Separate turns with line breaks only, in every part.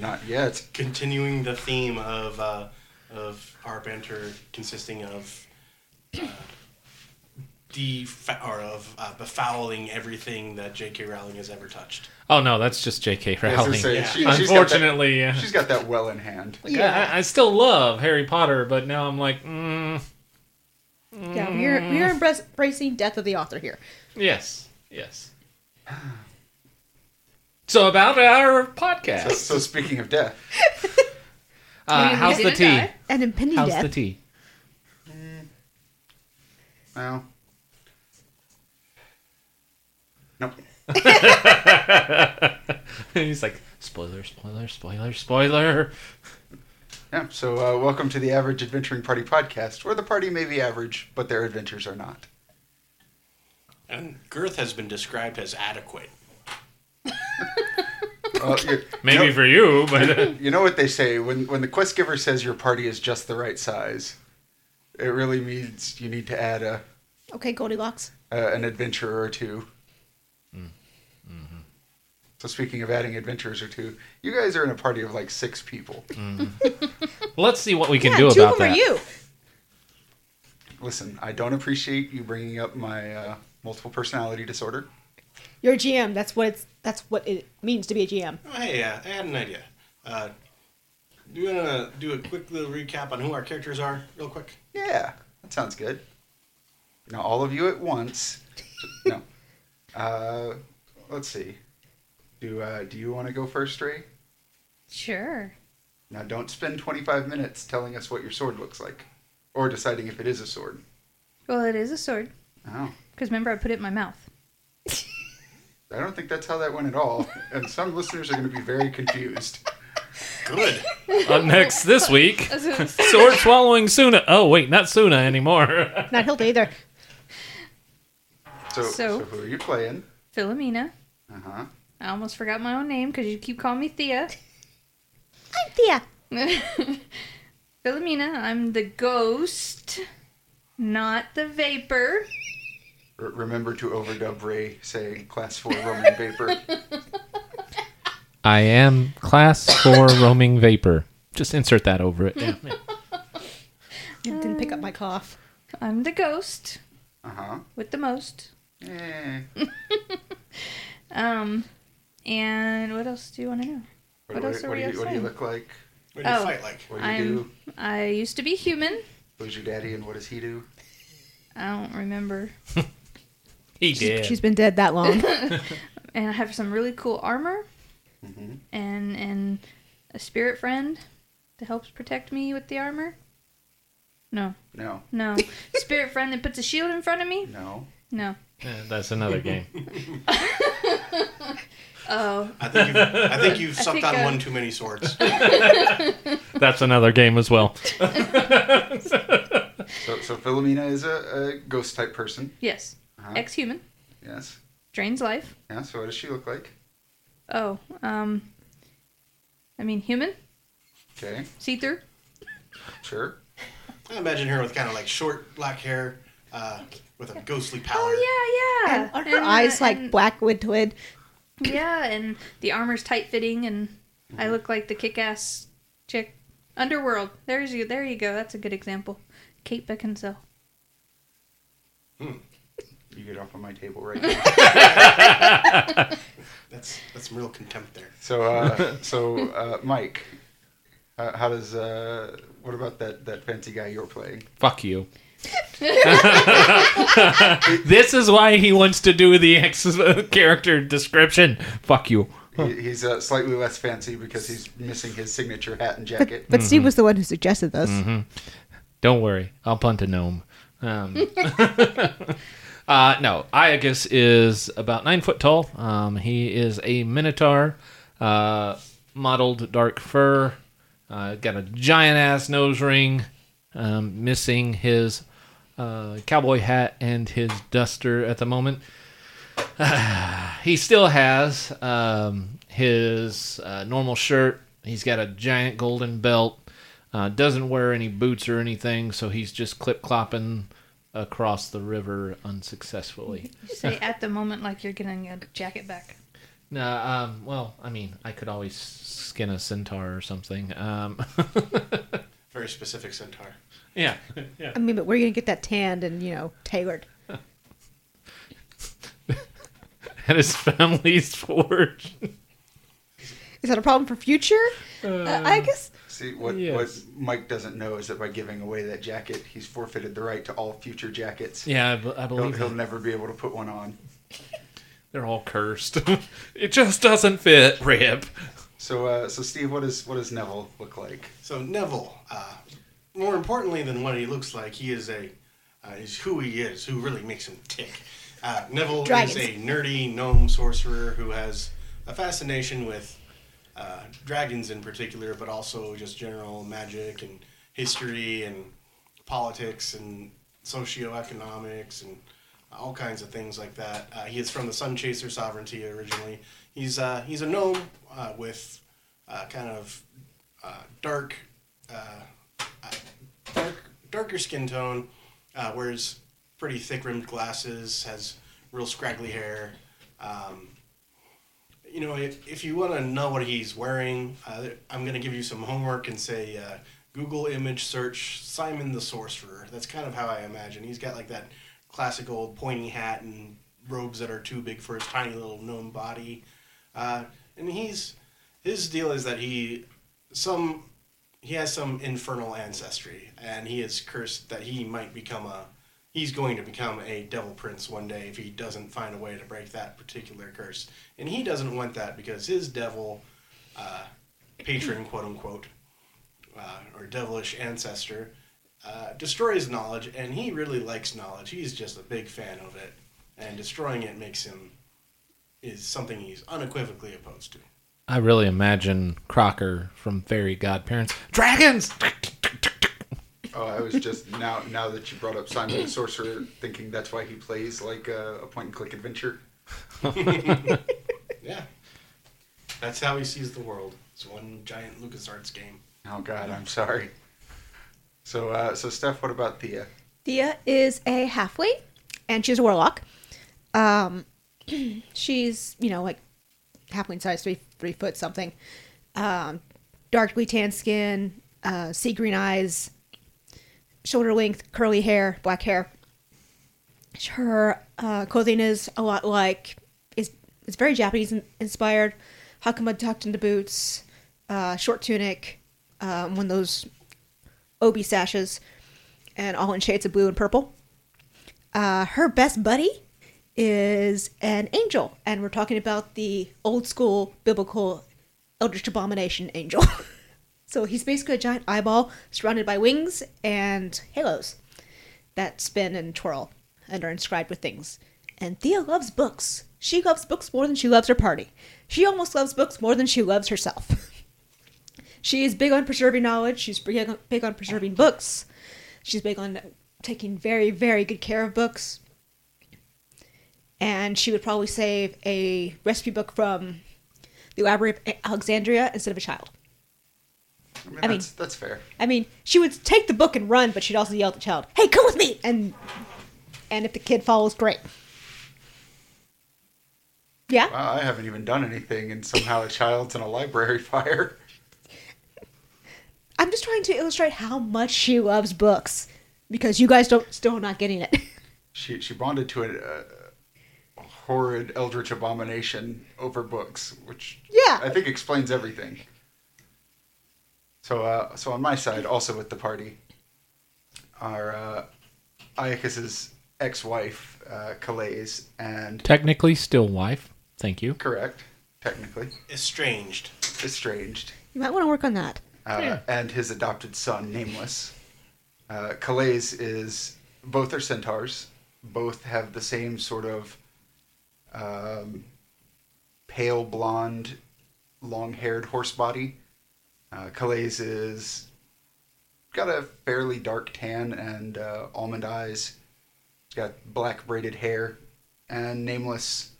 Not yet.
continuing the theme of uh, of our banter consisting of uh, defa- or of uh, befouling everything that J.K. Rowling has ever touched.
Oh no, that's just J.K.
I was
Rowling.
gonna say,
Yeah.
she,
Unfortunately,
she's got, that,
yeah.
she's got that well in hand.
Like, I, I still love Harry Potter, but now I'm like, mm,
Yeah, Mm. we're we're embra- embracing death of the author here.
yes, yes. So about our podcast,
So, so speaking of death,
uh,
We
how's the
didn't
tea?
die.
An impending
How's
death.
the tea?
well, nope.
He's like, spoiler, spoiler, spoiler, spoiler.
Yeah. So uh, welcome to the Average Adventuring Party podcast, where the party may be average, but their adventures are not.
And girth has been described as adequate.
Well, Uh, you-
Maybe
you know,
for you, but uh,
you know what they say when when the quest giver says your party is just the right size, it really means you need to add a
Okay, Goldilocks.
uh, an adventurer or 2 So speaking of adding adventurers or two, you guys are in a party of like six people.
let's see what we can
yeah,
do
two
about
of them
that.
are you.
Listen, I don't appreciate you bringing up my uh, multiple personality disorder.
You're a GM. That's what it's. That's what it means to be a GM.
Oh, hey, uh, I had an idea. Uh, do you want to do a quick little recap on who our characters are, real quick?
Yeah, that sounds good. Now all of you at once. no. Uh, let's see. Do uh, do you want to go first, Ray?
Sure.
Now don't spend 25 minutes telling us what your sword looks like, or deciding if it is a sword.
Well, it is a sword.
Oh,
Because remember, I put it in my mouth.
I don't think that's how that went at all, and some listeners are going to be very confused.
Good.
Up next this week, sword swallowing Suna. Oh wait, not Suna anymore.
Not Hilda either.
So, so,
So-
who are you playing?
Philomena.
Uh huh.
I almost forgot my own name because you keep calling me Thea.
I'm Thea.
Philomena, I'm the ghost, not the vapor.
R- remember to overdub Ray saying "Class Four Roman Vapor."
I am class four roaming vapor. Just insert that over it.
You didn't pick up my cough.
I'm the ghost
Uh huh.
with the most.
Yeah.
Um, and what else do you want to know?
What,
What
do-
else are
what
we
do you, what do you
outside?
look like?
What do you
Oh.
fight like?
What do you do?
I'm. I used to be human.
Who's your daddy, and what does he do?
I don't remember.
He
She's- she's been dead that long.
And I have some really cool armor,
Mm-hmm.
and and a spirit friend that helps protect me with the armor. No,
No,
no, spirit friend that puts a shield in front of me.
no.
No.
That's another game.
Oh,
I think you've, I think you've
I
sucked
think,
on
uh,
one too many swords.
That's another game as well.
So, so Philomena is a, a ghost type person.
yes.
Uh-huh.
Ex-human
yes.
drains life.
Yeah. So, what does she look like?
Oh, um, I mean human,
Okay.
see-through.
Sure.
I imagine her with kind of like short black hair, uh, with a ghostly pallor.
Oh yeah, yeah.
and aren't her
And, uh,
eyes like
and-
black windowed?
Yeah, and the armor's tight fitting, and
Mm-hmm.
I look like the kick-ass chick. Underworld. There's you. There you go. That's a good example. Kate Beckinsale.
You get off on my table right now.
That's that's some real contempt there.
so, uh, so uh, Mike, uh, how does? Uh, what about that that fancy guy you're playing?
Fuck you. this is why he wants to do the ex character description. Fuck you.
He, he's uh, slightly less fancy because he's missing his signature hat and
But,
jacket.
but Steve was the one who suggested this.
Don't worry, I'll punt a gnome. Um, uh, no, Iagus is about nine foot tall. Um, he is a minotaur, uh, mottled dark fur, uh, got a giant ass nose ring, um, missing his uh, cowboy hat and his duster at the moment. he still has um, his uh, normal shirt. He's got a giant golden belt. Uh, doesn't wear any boots or anything, so he's just clip clopping across the river unsuccessfully.
You say at the moment like you're getting a jacket back.
No, um, well, I mean, I could always skin a centaur or something. Um,
Very specific centaur.
yeah, yeah.
I mean, but where are you gonna get that tanned and you know tailored?
And his family's forge.
Is that a problem for future? Uh, I guess.
See what
Yes.
what Mike doesn't know is that by giving away that jacket, he's forfeited the right to all future jackets.
Yeah, I, b- I
He'll,
believe
he'll
that.
never be able to put one on.
they're all cursed. it just doesn't fit, Rip.
So uh, so Steve, what is what does Neville look like?
So Neville, uh, more importantly than what he looks like, he is a uh, is who he is, who really makes him tick. Uh, Neville is
Dragons.
a nerdy gnome sorcerer who has a fascination with uh, dragons in particular, but also just general magic and history and politics and socioeconomics and all kinds of things like that. Uh, he is from the Sun Chaser Sovereignty originally. He's uh, he's a gnome uh, with uh, kind of uh, dark, uh, uh, dark, darker skin tone. Uh, wears pretty thick rimmed glasses. Has real scraggly hair. Um, you know, if, if you want to know what he's wearing, uh, I'm going to give you some homework and say uh, Google image search Simon the Sorcerer. That's kind of how I imagine. He's got like that classic old pointy hat and robes that are too big for his tiny little gnome body. Uh, and he's his deal is that he some he has some infernal ancestry and he is cursed that he might become a he's going to become a devil prince one day if he doesn't find a way to break that particular curse and he doesn't want that because his devil uh, patron quote unquote uh, or devilish ancestor uh, destroys knowledge and he really likes knowledge he's just a big fan of it and destroying it makes him is something he's unequivocally opposed to
I really imagine Crocker from Fairy Godparents. Dragons!
Oh, I was just now now that you brought up Simon the Sorcerer, thinking that's why he plays like a, a point and click adventure.
Yeah. That's how he sees the world. It's one giant LucasArts game.
Oh God, I'm sorry. So uh, so Steph, what about Thea?
Thea is a halfway, and she's a warlock. Um, she's you know like halfling size, three three foot something. Um, darkly tan skin, uh, sea green eyes, shoulder length, curly hair, black hair. Her uh, clothing is a lot like is it's very Japanese in- inspired. Hakama tucked into boots, uh, short tunic, um, one of those obi sashes and all in shades of blue and purple. Uh, her best buddy is an angel, and we're talking about the old school biblical eldritch abomination angel. so he's basically a giant eyeball surrounded by wings and halos that spin and twirl and are inscribed with things. And Thea loves books. She loves books more than she loves her party. She almost loves books more than she loves herself. she is big on preserving knowledge. She's big on, big on preserving books. She's big on taking very, very good care of books. And she would probably save a recipe book from the Library of Alexandria instead of a child.
I mean,
I mean-
that's, that's fair.
I mean, she would take the book and run, but she'd also yell at the child, "Hey, come with me!" And and if the kid follows, great. Yeah,
Wow, I haven't even done anything, and somehow a child's in a library fire.
I'm just trying to illustrate how much she loves books because you guys don't still not getting it.
She she bonded to a, a horrid eldritch abomination over books, which
Yeah.
I think explains everything. So uh, so on my side, also with the party, are uh, Iacus's ex-wife uh, Calais and
Technically, still wife. Thank you.
correct technically
Estranged.
estranged.
you might want to work on that.
uh, and his adopted son, Nameless. Uh, Calais is both are centaurs. Both have the same sort of um, pale blonde, long-haired horse body. Uh, Calais is got a fairly dark tan and uh, almond eyes. He's got black braided hair, and Nameless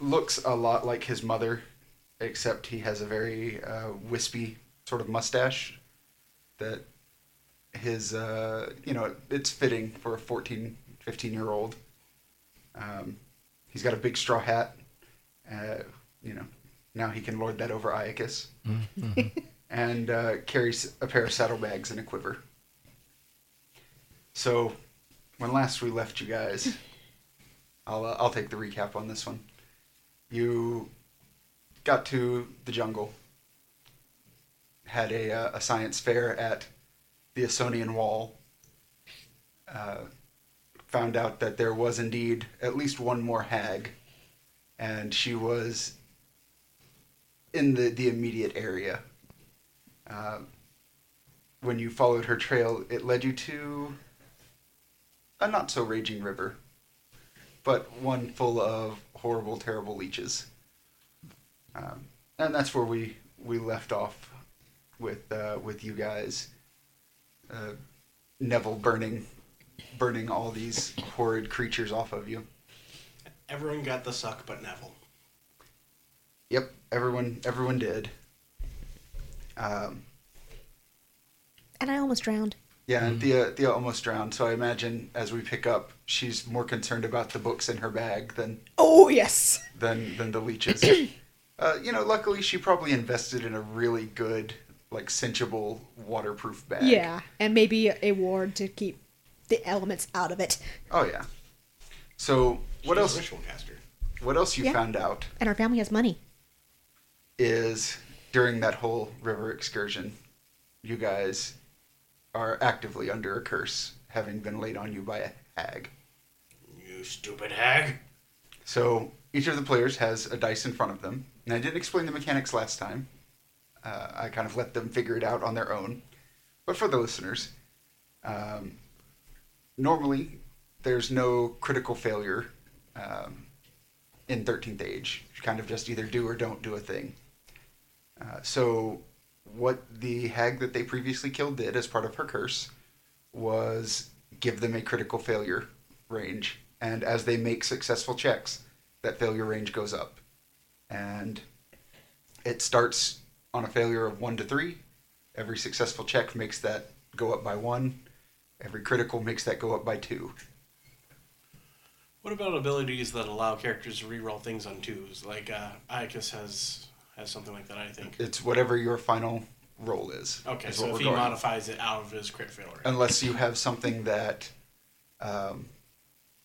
looks a lot like his mother, except he has a very uh, wispy sort of mustache that his, uh, you know, it's fitting for a 14, 15 year old. Um, he's got a big straw hat, uh, you know, now he can lord that over Iacus. and uh, carries a pair of saddlebags and a quiver. So, when last we left you guys, I'll, uh, I'll take the recap on this one. You got to the jungle, had a, uh, a science fair at the Asonian Wall, uh, found out that there was indeed at least one more hag, and she was in the, the immediate area. Uh, when you followed her trail, it led you to a not so raging river, but one full of horrible, terrible leeches. Um, and that's where we, we left off with uh, with you guys. Uh, Neville burning burning all these horrid creatures off of you.
Everyone got the suck but Neville.
Yep, everyone everyone did. Um,
And I almost drowned.
Yeah, and Thea Thea almost drowned. So I imagine as we pick up, she's more concerned about the books in her bag than
Oh, yes.
than than the leeches. uh, you know, luckily she probably invested in a really good, like cinchable, waterproof bag.
Yeah, and maybe a ward to keep the elements out of it.
Oh yeah. So what
She's a
else?
Ritual caster.
What else you
Yeah.
found out
And our family has money.
is during that whole river excursion, you guys are actively under a curse, having been laid on you by a hag.
You stupid hag.
So each of the players has a dice in front of them. And I didn't explain the mechanics last time. Uh, I kind of let them figure it out on their own. But for the listeners, um, normally there's no critical failure um, in 13th Age. You kind of just either do or don't do a thing. Uh, so what the hag that they previously killed did as part of her curse was give them a critical failure range and as they make successful checks that failure range goes up and it starts on a failure of 1 to 3 every successful check makes that go up by 1 every critical makes that go up by 2
What about abilities that allow characters to reroll things on twos? Like uh, Iacus has has something like that, I think.
it's whatever your final roll is
Okay,
is
so
what
if
we're
he
going Oh. with.
modifies it out of his crit failure,
unless you have something that um,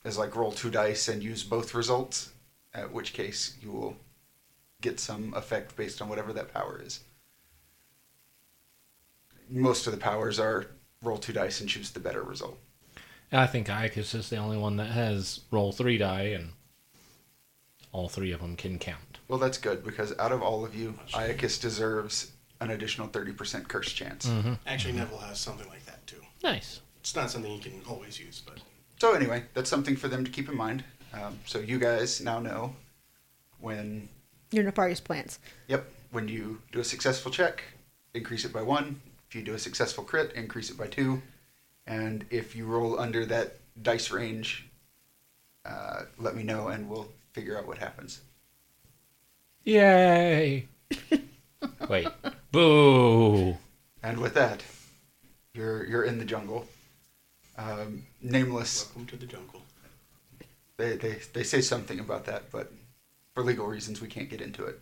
is like roll two dice and use both results, at which case you will get some effect based on whatever that power is. Most of the powers are roll two dice and choose the better result.
I think Iacus is the only one that has roll three die, and all three of them can count.
Well, that's good because out of all of you, Iacus deserves an additional 30% curse chance.
actually Neville has something like that too.
Nice.
It's not something you can always use, but
So anyway, that's something for them to keep in mind. Um, so you guys now know when
Your nefarious plans.
Yep. When you do a successful check, increase it by one. If you do a successful crit, increase it by two. And if you roll under that dice range, uh, let me know and we'll figure out what happens.
Yay! Wait. Boo!
And with that, you're you're in the jungle. Um, nameless.
welcome to the jungle.
They, they they say something about that, but for legal reasons we can't get into it.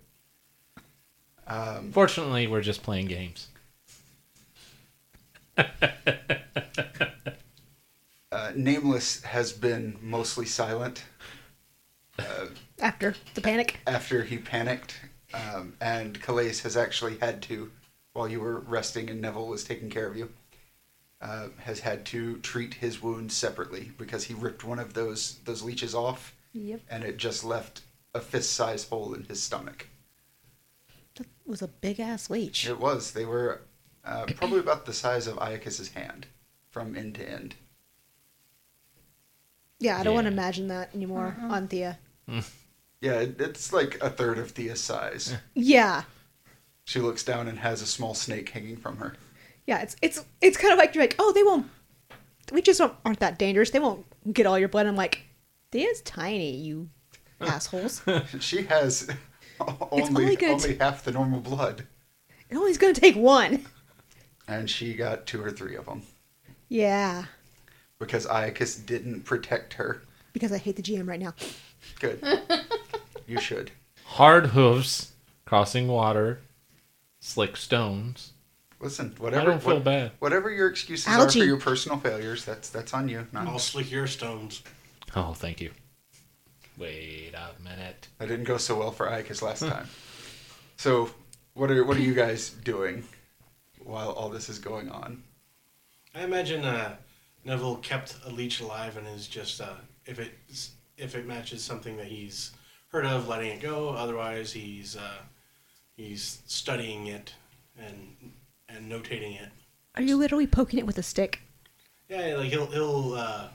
Um,
Fortunately, we're just playing games.
uh, nameless has been mostly silent
After the panic.
after he panicked, um, and Calais has actually had to, while you were resting and Neville was taking care of you, uh, has had to treat his wound separately because he ripped one of those those leeches off,
Yep.
and it just left a fist-sized hole in his stomach.
That was a big ass leech.
It was. They were uh, probably about the size of Iacus's hand, from end to end.
Yeah, I don't want to
Yeah.
imagine that anymore on Thea.
Yeah, it, it's like a third of Thea's size.
Yeah.
She looks down and has a small snake hanging from her.
Yeah, it's it's it's kind of like you're like, oh, they won't. We just don't, aren't that dangerous. They won't get all your blood. I'm like, Thea's tiny, you assholes. It
She has only,
only good.
only half the normal blood.
only's gonna take one.
and she got two or three of them
Yeah,
because Iacus didn't protect her.
because I hate the GM right now.
Good. you should.
hard hooves, crossing water, slick stones.
Listen, whatever.
don't feel bad.
Whatever your excuses
Algae.
are for your personal failures, that's that's on you. Not,
I'll slick your stones.
Oh, thank you. Wait a minute.
That didn't go so well for Ike as last time. So, what are what are you guys doing while all this is going on?
I imagine uh, Neville kept a leech alive and is just uh, if it if it matches something that he's heard of, letting it go. Otherwise, he's uh, he's studying it and and notating it.
Are you literally poking it with a stick?
Yeah, like he'll he'll uh,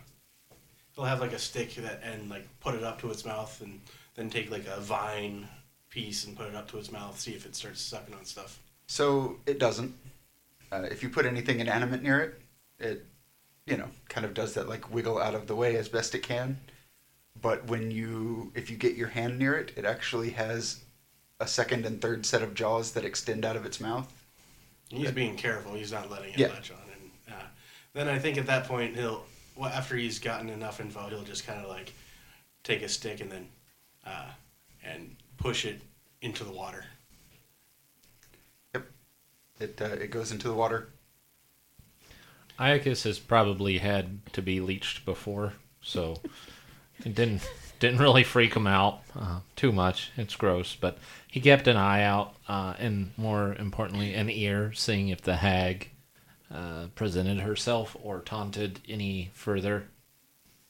he'll have like a stick that and like put it up to its mouth and then take like a vine piece and put it up to its mouth, see if it starts sucking on stuff.
So it doesn't. Uh, if you put anything inanimate near it, it you know kind of does that like wiggle out of the way as best it can. But when you if you get your hand near it, it actually has a second and third set of jaws that extend out of its mouth.
He's being careful. He's not letting it
Yeah.
latch on. And uh, then I think at that point he'll, well, after he's gotten enough info, he'll just kind of like take a stick and then uh, and push it into the water.
Yep. It uh, it goes into the water.
Iacus has probably had to be leached before, so it didn't didn't really freak him out uh, too much. It's gross, but he kept an eye out, uh, and more importantly, an ear, seeing if the hag uh, presented herself or taunted any further.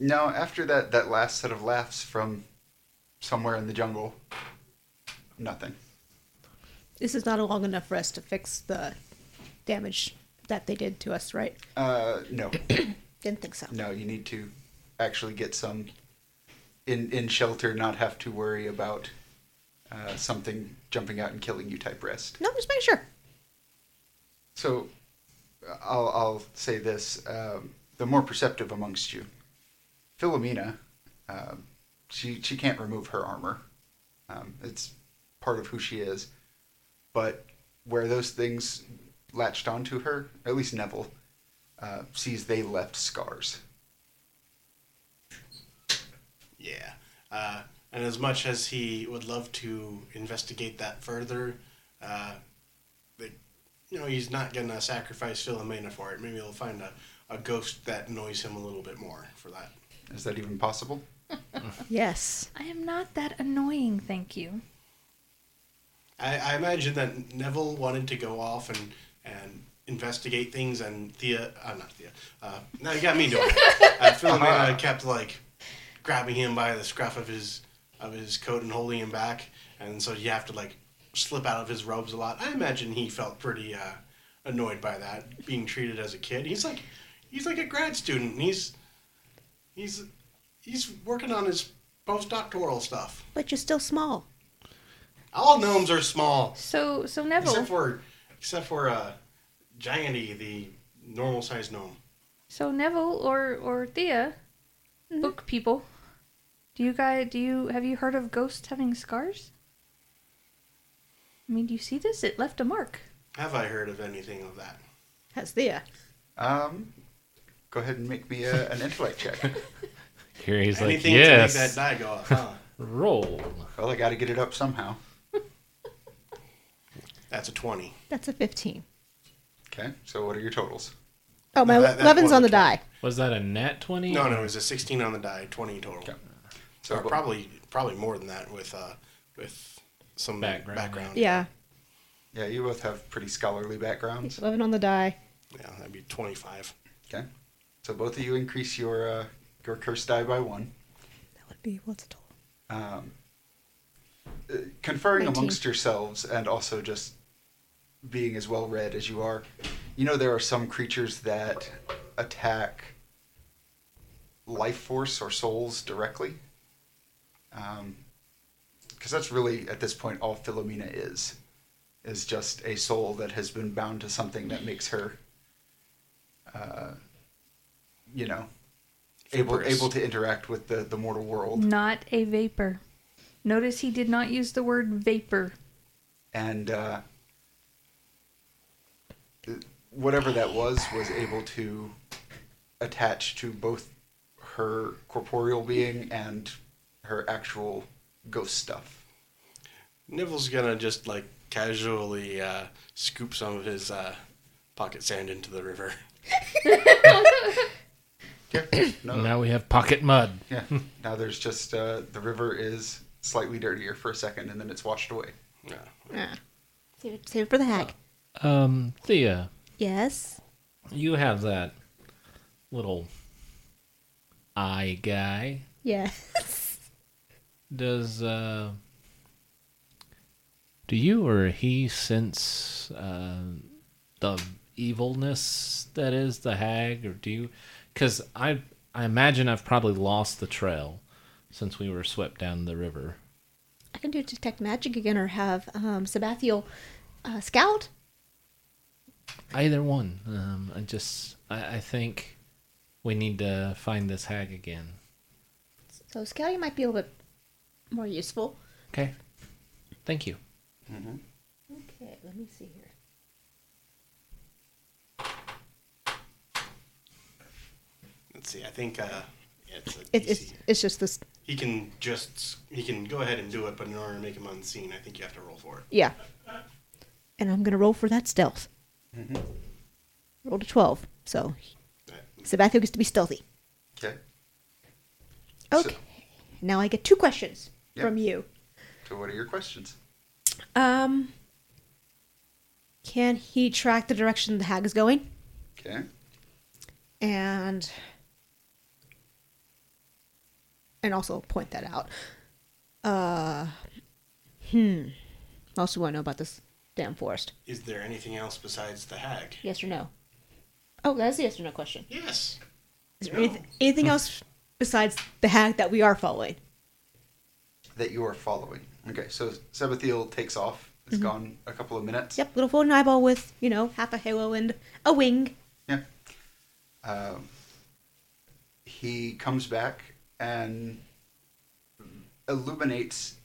Now, after that, that last set of laughs from somewhere in the jungle, nothing.
This is not long enough for us to fix the damage that they did to us, right?
Uh, no,
Didn't think so.
no, you need to actually get some in in shelter, not have to worry about uh, something jumping out and killing you type rest.
No, just make sure.
So, I'll I'll say this: um, the more perceptive amongst you, Philomena, um, she she can't remove her armor. Um, it's part of who she is. But where those things latched onto her, at least Neville, uh, sees they left scars.
Yeah. Uh, and as much as he would love to investigate that further, uh, they, you know, he's not going to sacrifice Philomena for it. Maybe he'll find a, a ghost that annoys him a little bit more for that.
Is that even possible?
Yes.
I am not that annoying, thank you.
I, I imagine that Neville wanted to go off and, and investigate things, and Thea, uh, not Thea, uh, no, you got me doing it. Uh, Philomena kept like grabbing him by the scruff of his of his coat and holding him back, and so you have to like slip out of his robes a lot. I imagine he felt pretty uh, annoyed by that being treated as a kid. He's like he's like a grad student. And he's he's he's working on his postdoctoral stuff.
But you're still small.
All gnomes are small.
So, so Neville.
Except for except for uh, Gianty, the normal sized gnome.
So Neville or or Thea, book people. Do you guys do you have you heard of ghosts having scars? I mean, do you see this? It left a mark.
Have I heard of anything of that?
That's uh, Thea.
Um, go ahead and make me a, an intellect check.
Here he's like,
anything
yes,
to make that die go off, huh?
roll.
Well, I got to get it up somehow.
That's a twenty.
That's a 15.
Okay, so what are your totals?
Oh, my
No, that- that
11's on the
wasn't
die.
Was that a net twenty?
No, no, it was a sixteen on the die, twenty total.
Okay.
So
So probably
probably probably more than that with uh, with some
Background.
background.
Yeah.
yeah, you both have pretty scholarly backgrounds.
11 on the die.
Yeah, that'd be twenty five.
Okay, so both of you increase your uh, your curse die by one.
That would be, what's it total?
um, uh, conferring
Nineteen.
amongst yourselves and also just being as well read as you are, you know there are some creatures that attack life force or souls directly. Because that's really at this point all Philomena is, is just a soul that has been bound to something that makes her, uh, you know, able
Vaporous.
able to interact with the the mortal world.
Not a vapor. Notice he did not use the word vapor.
and uh, whatever that was was able to attach to both her corporeal being and her actual ghost stuff.
Nivel's gonna just like casually uh, scoop some of his uh, pocket sand into the river.
Yeah. No.
Now we have pocket mud.
Yeah. Now there's just uh, the river is slightly dirtier for a second, and then it's washed away.
Yeah.
Ah. Save, it, save it for the hack.
Um, Thea,
Yes.
you have that little eye guy.
Yes.
Does uh, do you or he sense uh, the evilness that is the hag, or do you? Because I I imagine I've probably lost the trail since we were swept down the river.
I can do detect magic again or have um, Sabathiel uh, scout.
Either one. Um, I just I, I think we need to find this hag again.
So scouting might be a little bit more useful.
Okay. Thank you.
Okay, let me see here.
Let's see. I think uh, yeah, it's, a
It, it's
DC.
it's just this.
He can just he can go ahead and do it, but in order to make him unseen, I think you have to roll for it.
Yeah. And I'm gonna roll for that stealth.
Mm-hmm.
Rolled a twelve, so
That-
Sabathiel gets to be stealthy.
Okay. So-
Okay. now I get two questions
Yep.
from you.
So what are your questions?
Um, can he track the direction the hag is going?
Okay.
And and also point that out. Uh, hmm. I Also, want to know about this damn forest.
Is there anything else besides the hag?
Yes or no? Oh, that's a yes or no question.
Yes.
Is there
No.
anyth- anything else besides the hag that we are following?
That you are following. Okay. So Sabathiel takes off. It's gone a couple of minutes.
Yep, little golden eyeball with you know half a halo and a wing.
Yeah. Um, he comes back and illuminates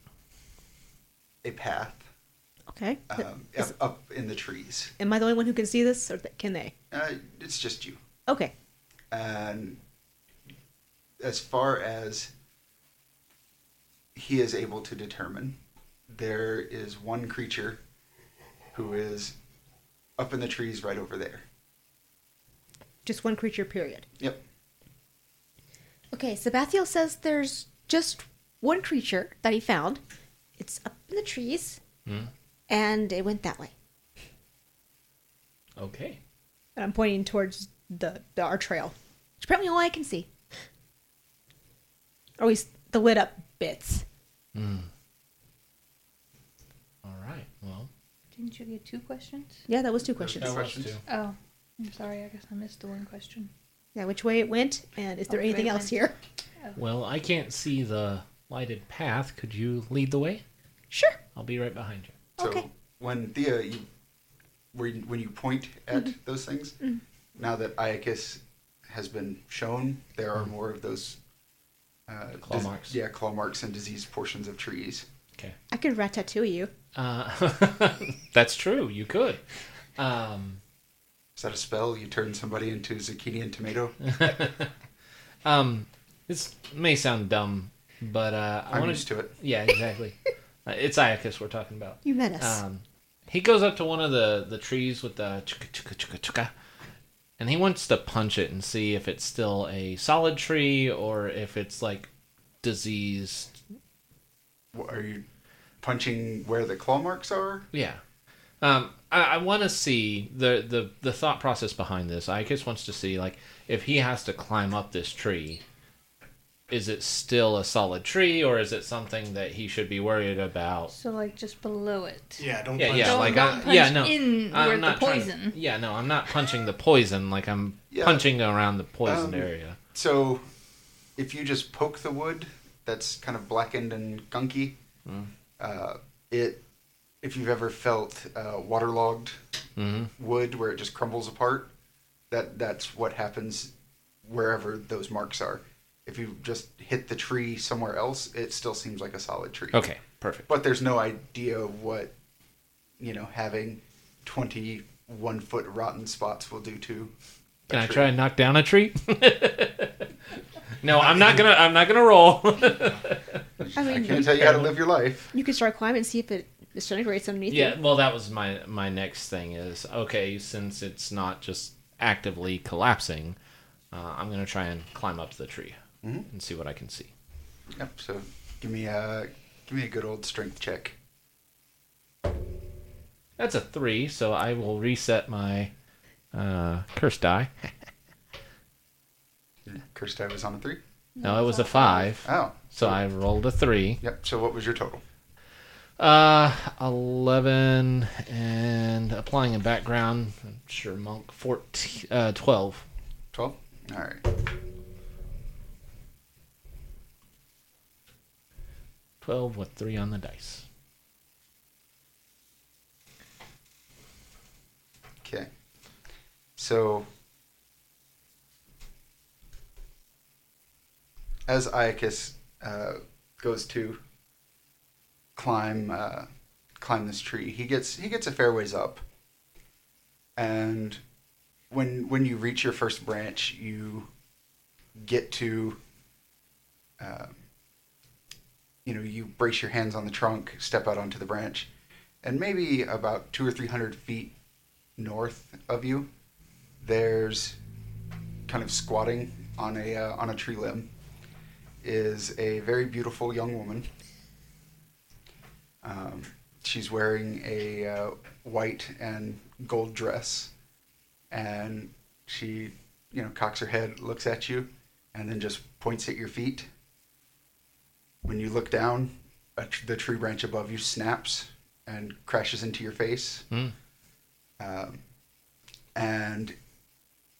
a path
Okay. Th-
um, up, up in the trees.
Am I the only one who can see this, or th- can they?
Uh, it's just you.
Okay.
And as far as he is able to determine, there is one creature who is up in the trees right over there.
Just one creature, period.
Yep.
Okay, Sabathiel says there's just one creature that he found. It's up in the trees, and it went that way.
Okay.
And I'm pointing towards the, the our trail. It's apparently all I can see. Or at least the lit up bits.
All right. Well,
Didn't you get two questions?
Yeah, that was two questions.
That was Questions? two.
Oh, I'm sorry. I guess I missed the one question.
Yeah, which way it went, and is there
Oh,
anything
right
else
one.
here?
Well, I can't see the lighted path. Could you lead the way?
Sure.
I'll be right behind you.
So
Okay.
when Thea, you, when when you point at those things, now that Iacus has been shown, there are more of those uh,
Mm-hmm. Claw marks.
Yeah, claw marks and diseased portions of trees.
Okay.
I could ratatouille you.
Uh, that's true. You could. Um,
Is that a spell? You turn somebody into zucchini and tomato.
um, this may sound dumb, but uh, I
I'm
wanted
used to it.
Yeah, exactly. uh, it's Iacus we're talking about.
You met us.
Um, he goes up to one of the, the trees with the chuka chuka chuka chuka, and he wants to punch it and see if it's still a solid tree or if it's like diseased.
What, are you punching where the claw marks are?
Yeah. Um, I, I want to see the, the the thought process behind this. Iacus wants to see like if he has to climb up this tree, is it still a solid tree or is it something that he should be worried about?
So like just below it.
Yeah. Don't.
Yeah,
punch
yeah,
Don't
like
go
I,
punch
yeah, no,
in
I'm
where the
not trying to-
poison.
yeah, no, I'm not punching the poison. Like I'm
Yeah.
punching around the
Um,
poison area.
So, if you just poke the wood, that's kind of blackened and gunky.
Mm-hmm.
Uh, it, if you've ever felt uh, waterlogged
Mm-hmm.
wood where it just crumbles apart, that that's what happens wherever those marks are. If you just hit the tree somewhere else, it still seems like a solid tree.
Okay, perfect.
But there's no idea what, you know, having 21 foot rotten spots will do to. a
Can I
tree.
try and knock down a tree? no, I'm not gonna. I'm not gonna roll.
I
I
mean,
can't tell you how to live your life.
you could start climbing and see if it The stunning grace underneath
Yeah,
you.
well, that was my my next thing is okay. Since it's not just actively collapsing, uh, I'm gonna try and climb up the tree and see what I can see.
Yep. So give me a give me a good old strength check.
That's a three, so I will reset my uh, curse die.
Cursed die was on a three.
No, it was a five,
Oh.
so I rolled a three.
Yep. So what was your total?
Uh, eleven and applying a background. I'm sure monk fourteen, uh, twelve.
Twelve. All right.
12 with 3 on the dice.
Okay. So as Iacus uh, goes to climb uh, climb this tree, he gets he gets a fair ways up, and when when you reach your first branch, you get to um, you know you brace your hands on the trunk, step out onto the branch, and maybe about two or three hundred feet north of you, there's kind of squatting on a uh, on a tree limb is a very beautiful young woman. Um, she's wearing a uh, white and gold dress, and she you know cocks her head, looks at you, and then just points at your feet. When you look down, a tr- the tree branch above you snaps and crashes into your face um, and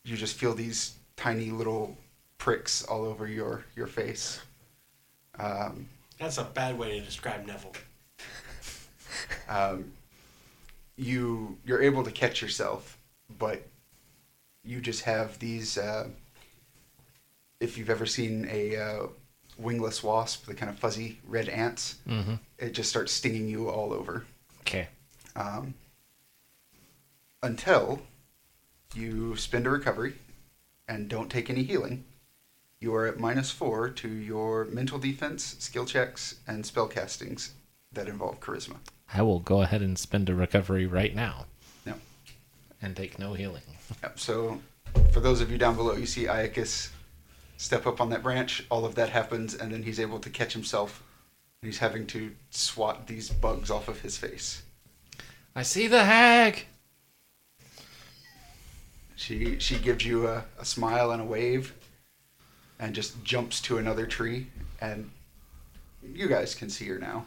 you just feel these tiny little pricks all over your your face. Um,
That's a bad way to describe Neville.
um, you you're able to catch yourself, but you just have these. Uh, if you've ever seen a uh, wingless wasp, the kind of fuzzy red ants,
Mm-hmm.
it just starts stinging you all over.
Okay.
um, until you spend a recovery and don't take any healing. You are at minus four to your mental defense, skill checks, and spell castings that involve charisma.
I will go ahead and spend a recovery right now
Yep.
and take no healing.
Yep. So, for those of you down below, you see Iacus step up on that branch. All of that happens, and then he's able to catch himself. And he's having to swat these bugs off of his face.
I see the hag.
She she gives you a, a smile and a wave, and just jumps to another tree, and you guys can see her now.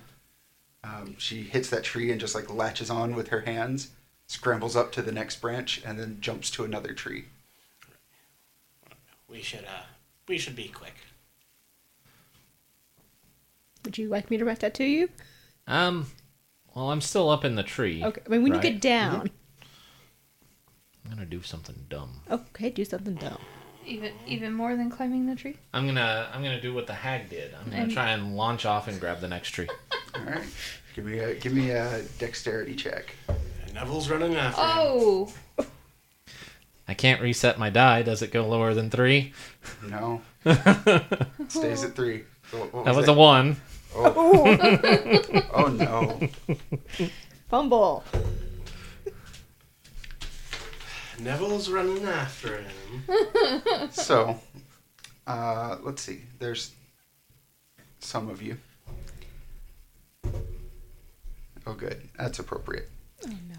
Um, she hits that tree and just like latches on with her hands, scrambles up to the next branch, and then jumps to another tree.
We should uh, we should be quick.
Would you like me to write that to you?
Um, well, I'm still up in the tree.
Okay. I mean, when you
Right.
get down.
I'm gonna do something dumb.
Okay, do something dumb.
Even even more than climbing the tree.
I'm gonna I'm gonna do what the hag did. I'm gonna
And-
try and launch off and grab the next tree.
All right, give me a give me a dexterity check.
And Neville's running after him.
Oh,
I can't reset my die. Does it go lower than three?
No, stays at three. What- what
That was a
that?
one.
oh no.
Fumble.
Neville's running after him.
so, uh, let's see. There's some of you. Oh, good. That's appropriate.
Oh no.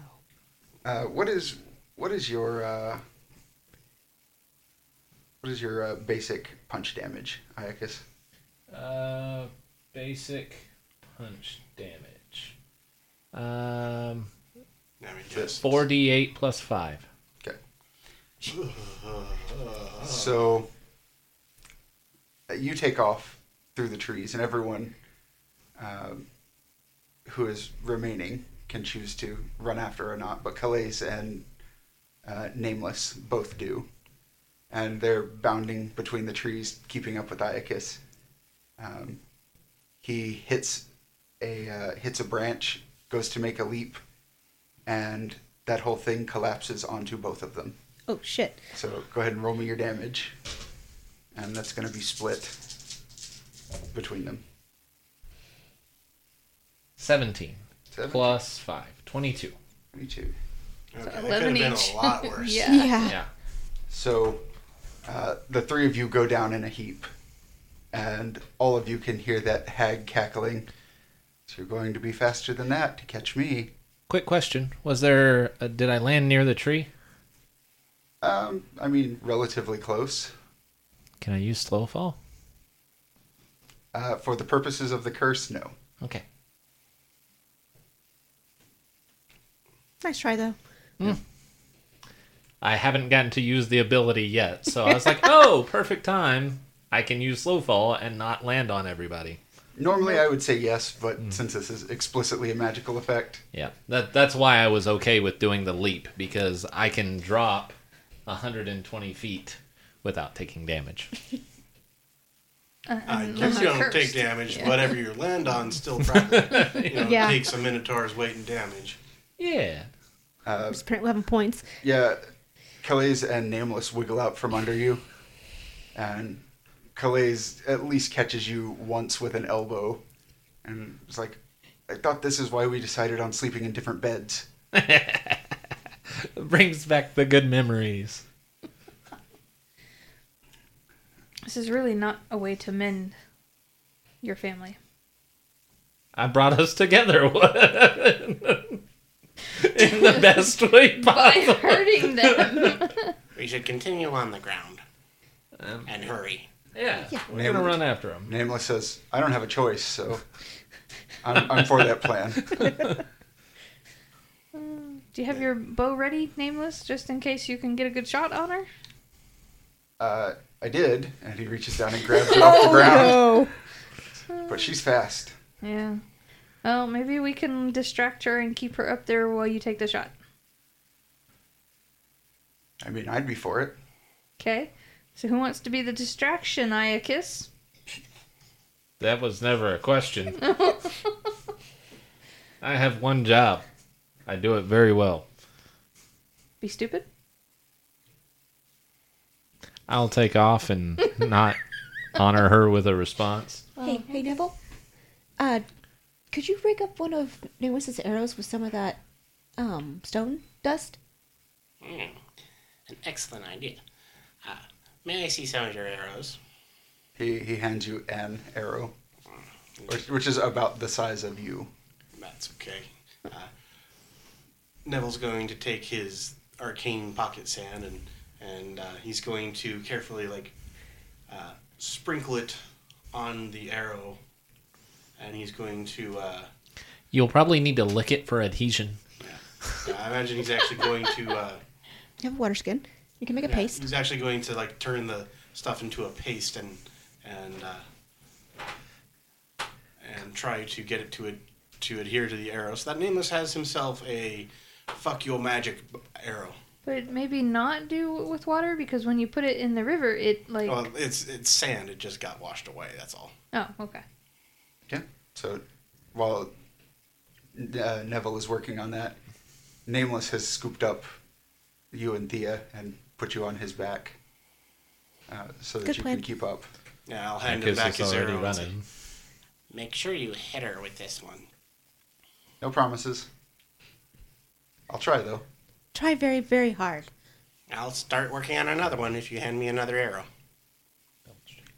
Uh, what is what is your uh, what is your uh, basic punch damage, Iacus?
Uh, basic punch damage. Um,
I mean,
That's
just
four d eight plus five.
Okay.
uh,
So uh, you take off through the trees, and everyone um, who is remaining can choose to run after or not. But Calais and uh, Nameless both do, and they're bounding between the trees, keeping up with Iacus. Um, he hits a uh, hits a branch, goes to make a leap, and that whole thing collapses onto both of them.
Oh shit.
So go ahead and roll me your damage. And that's going to be split between them.
Seventeen.
Seven,
plus 5. 22.
22.
Okay, that could
11
have been
each.
a lot worse.
Yeah.
Yeah.
Yeah.
So uh, the three of you go down in a heap, and all of you can hear that hag cackling. So you're going to be faster than that to catch me.
Quick question. Was there, uh, did I land near the tree?
Um, I mean, relatively close.
Can I use slow fall?
Uh, for the purposes of the curse, no.
Okay.
Nice try though.
I haven't gotten to use the ability yet, so I was like, oh, perfect time. I can use slow fall and not land on everybody.
Normally, I would say yes, but since this is explicitly a magical effect,
Yeah, that that's why I was okay with doing the leap because I can drop 120 feet without taking damage.
I guess Uh, you don't
Cursed.
take damage. Whatever you land on, still probably you know,
Yeah.
takes a minotaur's weight in damage.
Yeah,
Just print eleven points.
yeah, Calais and Nameless wiggle out from under you, and Calais at least catches you once with an elbow, and it's like, I thought this is why we decided on sleeping in different beds.
brings back the good memories.
This is really not a way to mend your family.
I brought us together Warren. in the best way
By
possible.
hurting them.
We should continue on the ground
Um,
and hurry.
Yeah,
Yeah.
we're gonna run after him.
Nameless says, I don't have a choice, so I'm, I'm for that plan.
Do you have your bow ready, nameless, just in case you can get a good shot on her?
Uh, I did, and he reaches down and grabs her off the ground,
no.
but she's fast.
Yeah. Oh, maybe we can distract her and keep her up there while you take the shot.
I mean, I'd be for it.
Okay. So who wants to be the distraction, Iacus?
That was never a question. I have one job. I do it very well.
Be stupid.
I'll take off and not honor her with a response.
Hey, hey, Neville. Uh, could you rig up one of Nuance's arrows with some of that um stone dust?
Hmm.
An excellent idea. Uh, may I see some of your arrows?
He, he hands you an arrow, which, which is about the size of you.
That's okay. Uh, Neville's going to take his arcane pocket sand and and uh, he's going to carefully like uh, sprinkle it on the arrow, and he's going to. Uh,
You'll probably need to lick it for adhesion.
I imagine he's actually going to. Uh,
You have a water skin.
You can make a
yeah,
paste.
He's actually going to like turn the stuff into a paste and and uh, and try to get it to ad- to adhere to the arrow. So that nameless has himself a fuck your magic b- arrow.
But maybe not do with water because when you put it in the river, it like.
Well, it's it's sand. It just got washed away. That's all.
oh, okay.
Yeah. So while uh, Neville is working on that, Nameless has scooped up you and Thea and put you on his back uh, so that
Good
you
plan.
can keep up.
Yeah, I'll hand him back his arrow. and say,
Make sure you hit her with this one.
No promises. I'll try, though.
Try very, very hard.
I'll start working on another one if you hand me another arrow.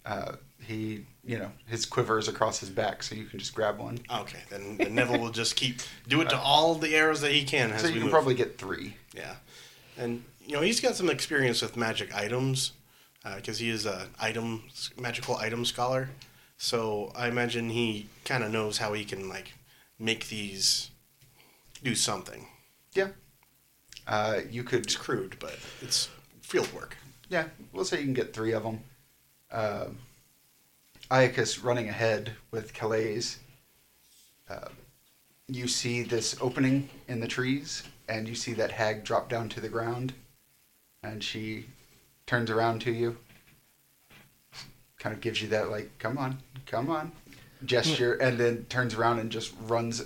uh, he, you know, his quiver is across his back, so you can just grab one.
Okay, then, then Neville will just keep do it to all the arrows that he can. As
Uh, So
we
you can
move.
probably get three.
Yeah, and you know he's got some experience with magic items because he is a item magical item scholar. So I imagine he kind of knows how he can like make these do something.
Yeah. Uh, you could,
It's crude, but it's field work.
yeah, we'll say you can get three of them. Uh, Iacus running ahead with Calais. Uh, you see this opening in the trees, and you see that hag drop down to the ground, and she turns around to you. Kind of gives you that, like, come on, come on gesture, and then turns around and just runs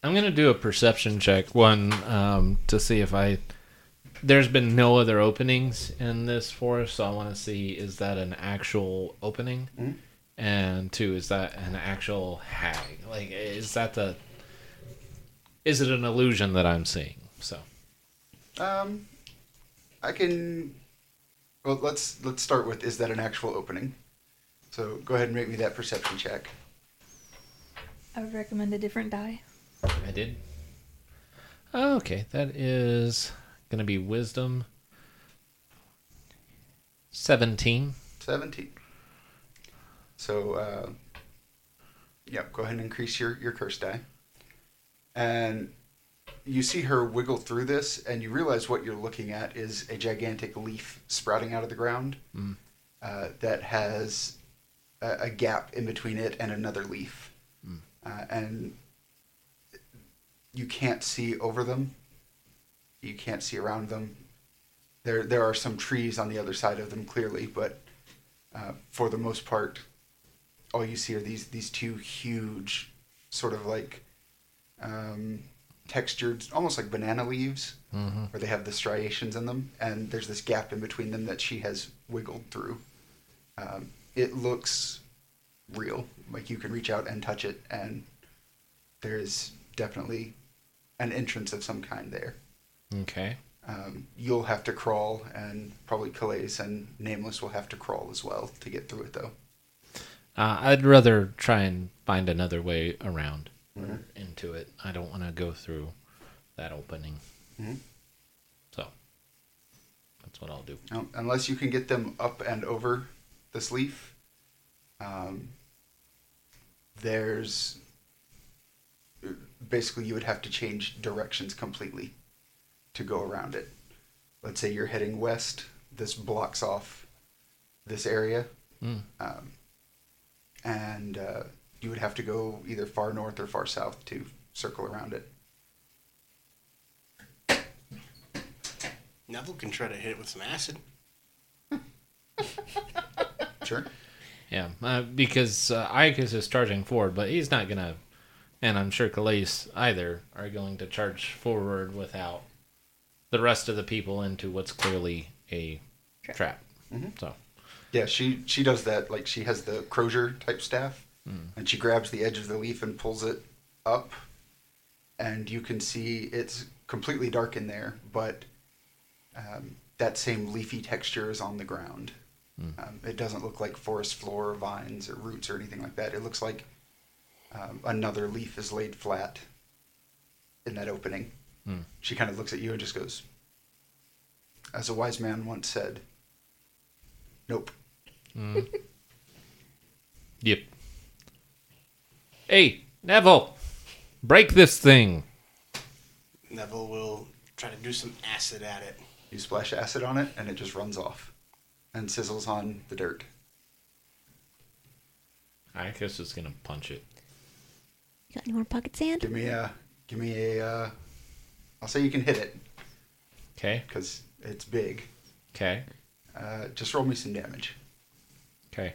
I'm gonna do a perception check one um, to see if I. There's been no other openings in this forest, so I want to see is that an actual opening, and two is that an actual hag? Like, is that the is it an illusion that I'm seeing? So
Um, I can. Well, let's let's start with is that an actual opening? So go ahead and make me that perception check.
I would recommend a different die.
I did. Okay, that is going to be wisdom. 17.
Seventeen. So, uh, yep. Go ahead and increase your your curse die. And you see her wiggle through this, and you realize what you're looking at is a gigantic leaf sprouting out of the ground uh, that has a, a gap in between it and another leaf, uh, and you can't see over them. You can't see around them. There, there are some trees on the other side of them clearly, but uh, for the most part, all you see are these these two huge, sort of like um, textured, almost like banana leaves, where they have the striations in them, and there's this gap in between them that she has wiggled through. Um, it looks real, like you can reach out and touch it, and there is definitely an entrance of some kind there.
Okay.
Um, you'll have to crawl, and probably Calais and Nameless will have to crawl as well to get through it, though.
Uh, I'd rather try and find another way around or into it. I don't want to go through that opening.
Mhm.
So that's what I'll do.
Um, unless you can get them up and over this leaf. Um, there's basically you would have to change directions completely to go around it. Let's say you're heading west. This blocks off this area,
Mm.
um, and uh, you would have to go either far north or far south to circle around it.
Neville can try to hit it with some acid.
Sure.
Yeah, uh, because uh, Iacus is charging forward, but he's not gonna, and I'm sure Calais either are going to charge forward without the rest of the people into what's clearly a trap. So
Yeah, she she does that. Like she has the crozier type staff, and she grabs the edge of the leaf and pulls it up, and you can see it's completely dark in there, but um, that same leafy texture is on the ground. Um, it doesn't look like forest floor, or vines, or roots, or anything like that. It looks like um, another leaf is laid flat in that opening. She kind of looks at you and just goes, "As a wise man once said, nope."
yep. Hey Neville, break this thing.
Neville will try to do some acid at it.
You splash acid on it, and it just runs off and sizzles on the dirt.
Iacus is gonna punch it.
You got any more pocket sand?
Give me a, give me a. Uh, I'll say you can hit it
Okay.
because it's big.
Okay.
Uh, just roll me some damage.
Okay.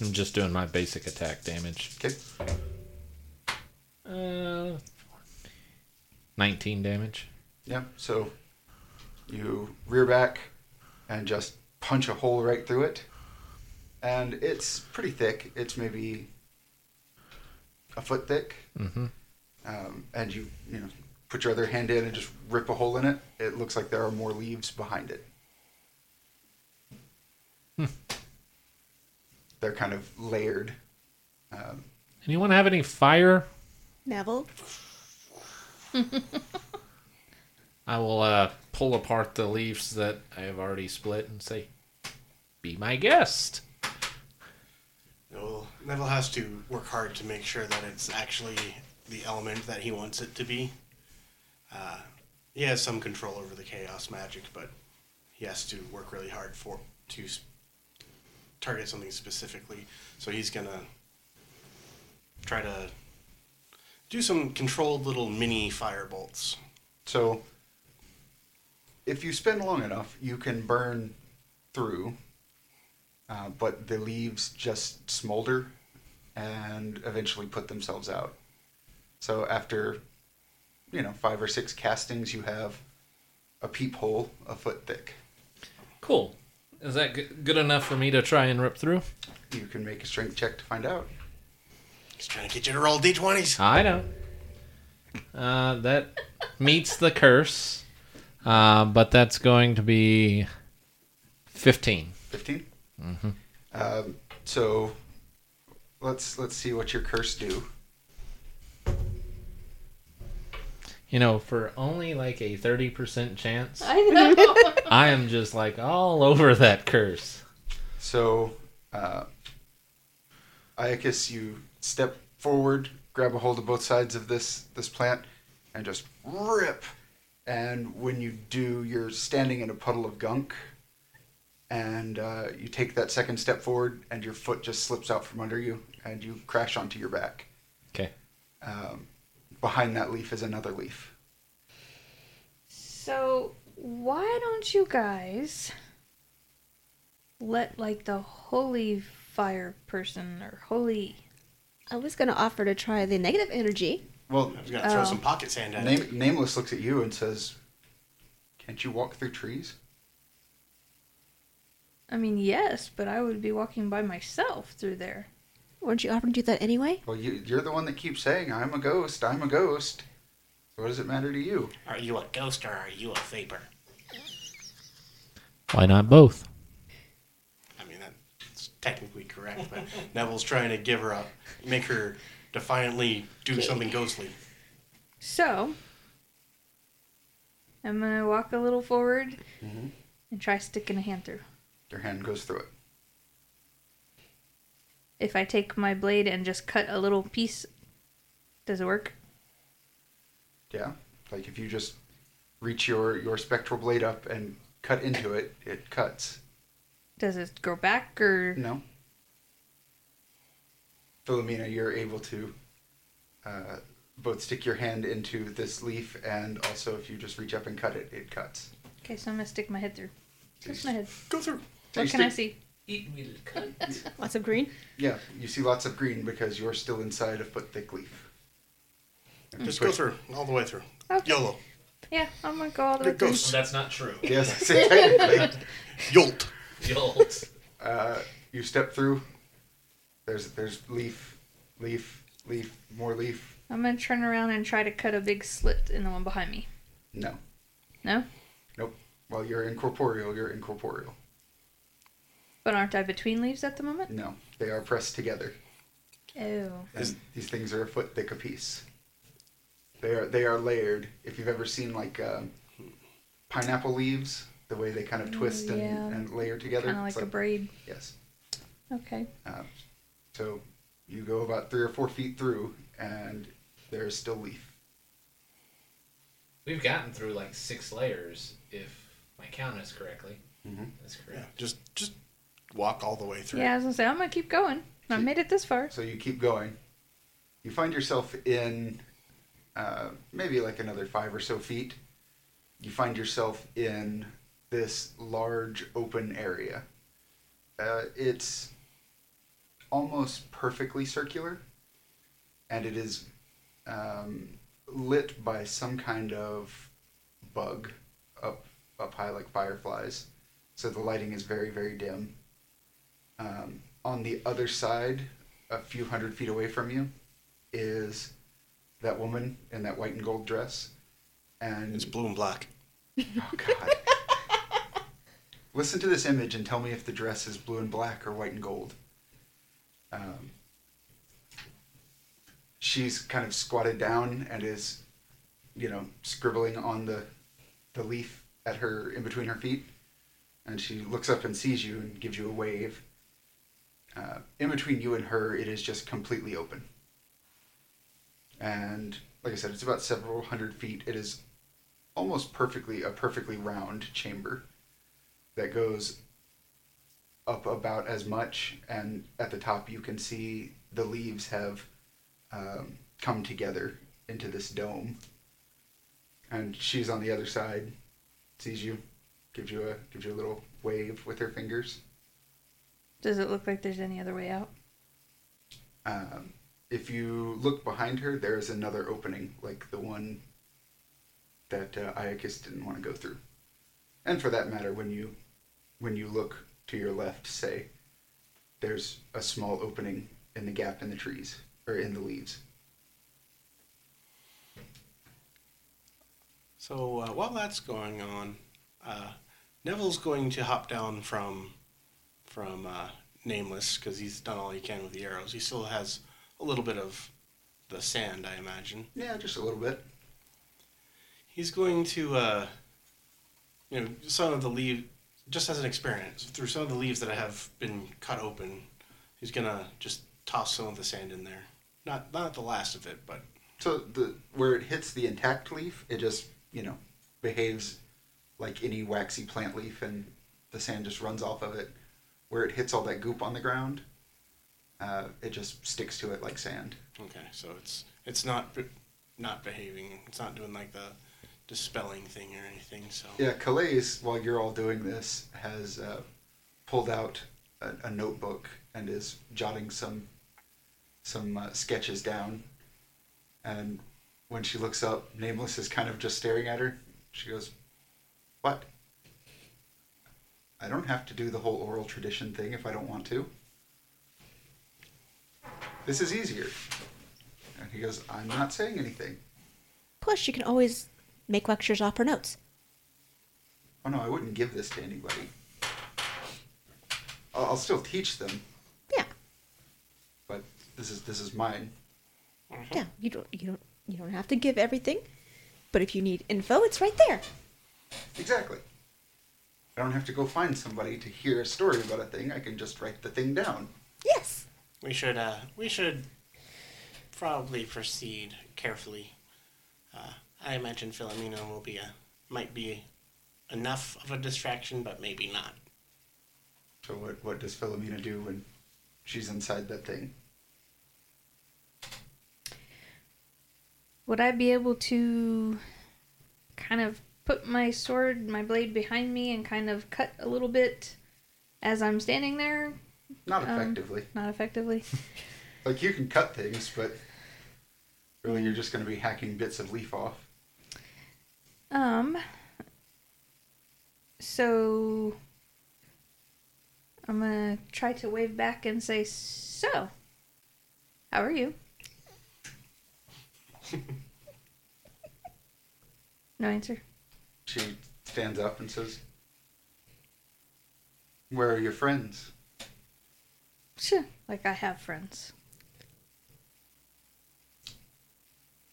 I'm just doing my basic attack damage.
Okay,
Uh, 19 damage.
yeah. So you rear back and just punch a hole right through it, and it's pretty thick. It's maybe a foot thick.
Mm-hmm.
um, and you you know put your other hand in and just rip a hole in it, it looks like there are more leaves behind it. They're kind of layered. Um,
Anyone have any fire?
Neville.
I will uh, pull apart the leaves that I have already split and say, "Be my guest."
Well, Neville has to work hard to make sure that it's actually the element that he wants it to be. Uh, he has some control over the chaos magic, but he has to work really hard for to s- target something specifically. So he's gonna try to do some controlled little mini fire bolts.
so if you spin long enough, you can burn through, uh, but the leaves just smolder and eventually put themselves out. So after you know five or six castings, you have a peephole a foot thick.
Cool. Is that g- good enough for me to try and rip through?
You can make a strength check to find out.
He's trying to get you to roll d20s.
I know. Uh, that meets the curse, uh, but that's going to be 15.
15 um, so let's let's see what your curse do
You know, for only like a 30% chance,
I know.
I am just like all over that curse.
so uh, iacus you step forward grab a hold of both sides of this this plant and just rip and when you do you're standing in a puddle of gunk and uh, you take that second step forward and your foot just slips out from under you and you crash onto your back
Okay.
um, behind that leaf is another leaf
so why don't you guys let like the holy fire person or holy
I was gonna offer to try the negative energy.
well
I was gonna throw
Oh.
some pocket sand at him.
Name, Nameless looks at you and says, "Can't you walk through trees?"
I mean, yes, but I would be walking by myself through there.
Weren't you offering to do that anyway?
Well, you, you're the one that keeps saying, "I'm a ghost. I'm a ghost." So what does it matter to you?
Are you a ghost or are you a vapor?
Why not both?
I mean, that's technically correct, but Neville's trying to give her up, make her defiantly do something ghostly.
So, I'm gonna walk a little forward and try sticking a hand through.
Your hand goes through it.
If I take my blade and just cut a little piece, does it work?
Yeah, like if you just reach your your spectral blade up and cut into it, it cuts.
Does it grow back or?
No. Philomena, you're able to uh, both stick your hand into this leaf and also if you just reach up and cut it, it cuts.
Okay, so I'm gonna stick my head through. Just my head.
Go through.
So
What
you
can I
stick-
see?
It will come.
Lots of green.
Yeah, you see lots of green because you're still inside a foot thick leaf.
Just go through, all the way through.
Okay.
YOLO.
Oh, Yeah, I'm gonna go all the way
You're a
through.
ghost.
That's not true.
Yes, I say technically.
Yolt.
Yolt.
Uh, you step through. There's there's leaf, leaf, leaf, more leaf.
I'm gonna turn around and try to cut a big slit in the one behind me.
No,
No,
nope. Well, you're incorporeal. You're incorporeal.
but aren't I between leaves at the moment?
No, they are pressed together.
Oh,
And
Is-
these things are a foot thick apiece. They are they are layered. If you've ever seen like um, pineapple leaves, the way they kind of twist and,
Oh, yeah.
and layer together.
kind of
it's
like a braid.
yes.
Okay.
Uh, so you go about three or four feet through, and there's still leaf.
We've gotten through like six layers, if my count is correctly. That's
Yeah, just just walk all the way through.
Yeah, I was gonna say I'm gonna keep going. I made it this far.
So you keep going. You find yourself in uh, maybe like another five or so feet. You find yourself in this large open area. Uh, it's almost perfectly circular, and it is um, lit by some kind of bug up up high like fireflies. So the lighting is very very dim. Um, on the other side, a few hundred feet away from you, is that woman in that white and gold dress, and
It's blue and black.
oh god. Listen to this image and tell me if the dress is blue and black or white and gold. Um, she's kind of squatted down and is, you know, scribbling on the, the leaf at her in between her feet, and she looks up and sees you and gives you a wave. Uh, in between you and her, it is just completely open. And like I said, it's about several hundred feet. It is almost perfectly a perfectly round chamber that goes up about as much and at the top you can see the leaves have um, come together into this dome and she's on the other side sees you gives you a gives you a little wave with her fingers
Does it look like there's any other way out?
um, if you look behind her there is another opening like the one that uh, Iacus didn't want to go through and for that matter when you when you look to your left say there's a small opening in the gap in the trees or in the leaves.
So uh, while that's going on, uh, Neville's going to hop down from from uh, Nameless because he's done all he can with the arrows. He still has a little bit of the sand, I imagine.
Yeah, just a little bit.
He's going to, uh, you know, some of the leaves, just as an experiment, through some of the leaves that I have been cut open, he's gonna just toss some of the sand in there. Not not the last of it, but
So the where it hits the intact leaf, it just you know behaves like any waxy plant leaf, and the sand just runs off of it. Where it hits all that goop on the ground, uh, it just sticks to it like sand.
okay. So it's it's not be- not behaving. It's not doing like the dispelling thing or anything. So
Yeah, Calais, while you're all doing this, has uh, pulled out a, a notebook and is jotting some some uh, sketches down. And when she looks up, Nameless is kind of just staring at her. She goes, "What? I don't have to do the whole oral tradition thing if I don't want to. This is easier." And he goes, "I'm not saying anything."
Plus, she can always make lectures off her notes.
Oh no, I wouldn't give this to anybody. I'll, I'll still teach them,
Yeah,
but this is this is mine.
yeah. You don't, you don't, you don't have to give everything. But if you need info, it's right there.
Exactly. I don't have to go find somebody to hear a story about a thing. I can just write the thing down.
Yes.
We should uh, we should probably proceed carefully. Uh, I imagine Filomena will be a might be enough of a distraction, but maybe not.
So what what does Philomena do when she's inside that thing?
Would I be able to kind of put my sword, my blade behind me and kind of cut a little bit as I'm standing there?
Not
Um,
effectively.
Not effectively.
Like you can cut things, but really you're just going to be hacking bits of leaf off.
Um. So I'm gonna try to wave back and say, "So, how are you?" no answer.
She stands up and says, "Where are your friends?"
Phew, Like I have friends.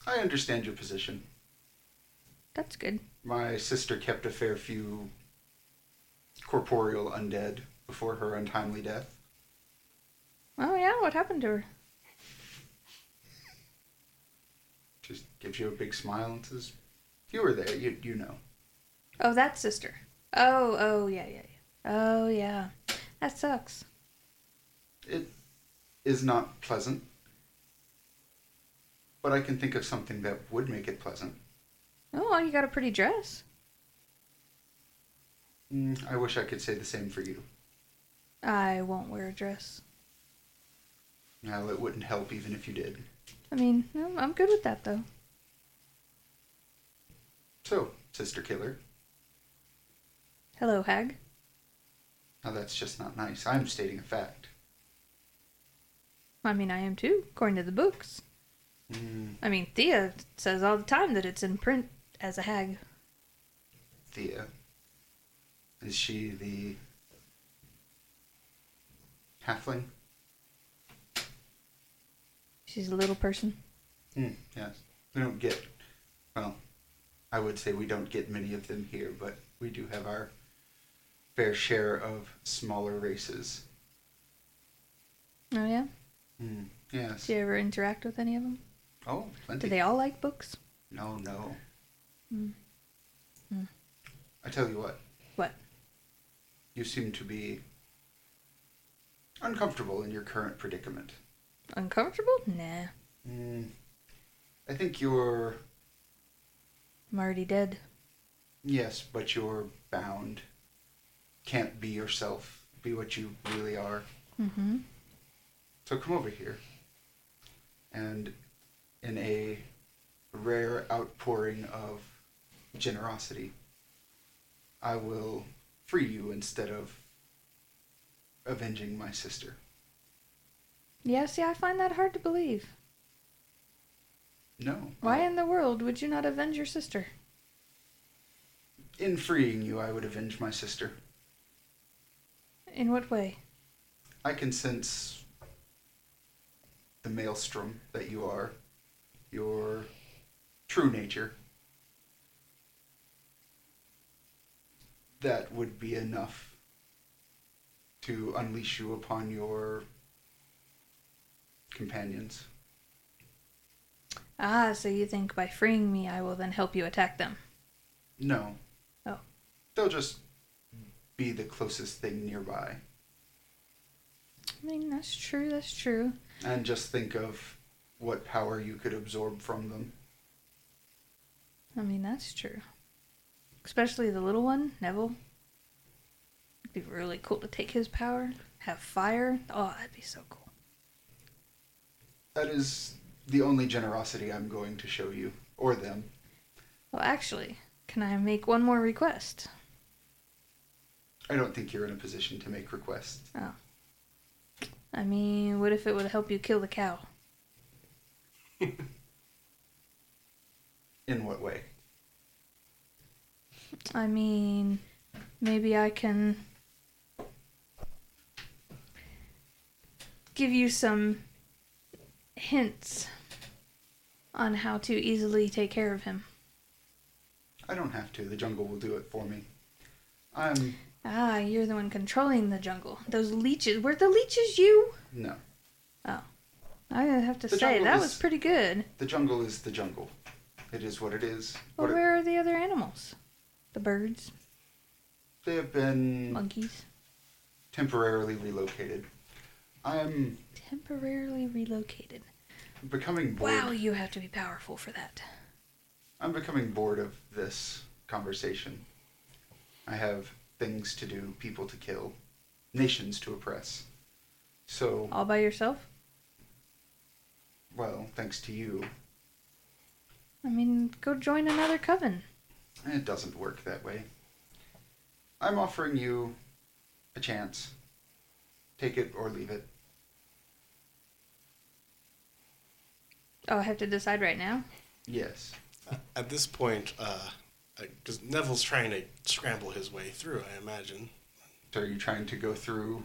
I understand your position.
That's good.
My sister kept a fair few corporeal undead before her untimely death.
Oh yeah, what happened to her?
Just gives you a big smile and says, "You were there. You you know."
Oh, that sister. Oh, oh yeah, yeah, yeah. Oh yeah, that sucks.
It is not pleasant, but I can think of something that would make it pleasant.
Oh, you got a pretty dress.
Mm, I wish I could say the same for you.
I won't wear a dress.
Now it wouldn't help even if you did.
I mean, I'm- I'm good with that though.
So, sister killer.
Hello, hag.
Now that's just not nice. I'm stating a fact.
I mean, I am too, according to the books.
Mm,
I mean, Thea says all the time that it's in print as a hag.
Thea. Is she the halfling?
She's a little person.
Mm, yes. We don't get, well, I would say we don't get many of them here, but we do have our fair share of smaller races.
Oh, yeah?
Mm, yes.
Do you ever interact with any of them?
Oh, plenty.
Do they all like books?
No, no.
Mm. Mm.
I tell you what,
What?
you seem to be uncomfortable in your current predicament.
Uncomfortable? Nah.
Mm, I think you're,
I'm already dead.
yes, but you're bound. Can't be yourself, be what you really are.
Mm hmm.
So come over here. And in a rare outpouring of generosity, I will free you instead of avenging my sister.
Yeah, see, I find that hard to believe.
No.
Why in the world would you not avenge your sister?
In freeing you, I would avenge my sister.
In what way?
I can sense the maelstrom that you are, your true nature. That would be enough to unleash you upon your companions.
Ah, so you think by freeing me, I will then help you attack them.
No.
Oh.
They'll just be the closest thing nearby.
I mean, that's true, that's true.
And just think of what power you could absorb from them.
I mean, that's true. Especially the little one, Neville. It'd be really cool to take his power, have fire. Oh, that'd be so cool.
That is the only generosity I'm going to show you, or them.
Well, actually, can I make one more request?
I don't think you're in a position to make requests.
I mean, what if it would help you kill the cow?
In what way?
I mean, maybe I can give you some hints on how to easily take care of him.
I don't have to. The jungle will do it for me. I'm.
Ah, you're the one controlling the jungle. Those leeches. Were the leeches you?
No.
I have to
The
say,
jungle
that
is-
was pretty good.
The jungle is the jungle. It is what it is.
Well,
What it-
where are the other animals? The birds,
they have been
monkeys.
temporarily relocated. I'm
Temporarily relocated.
becoming bored.
Wow, you have to be powerful for that.
I'm becoming bored of this conversation. I have things to do, people to kill, nations to oppress. So,
All by yourself?
well, thanks to you,
I mean, go join another coven.
it doesn't work that way. I'm offering you a chance. Take it or leave it.
Oh, I have to decide right now.
Yes.
At this point, because Neville's trying to scramble his way through, I imagine.
So, are you trying to go through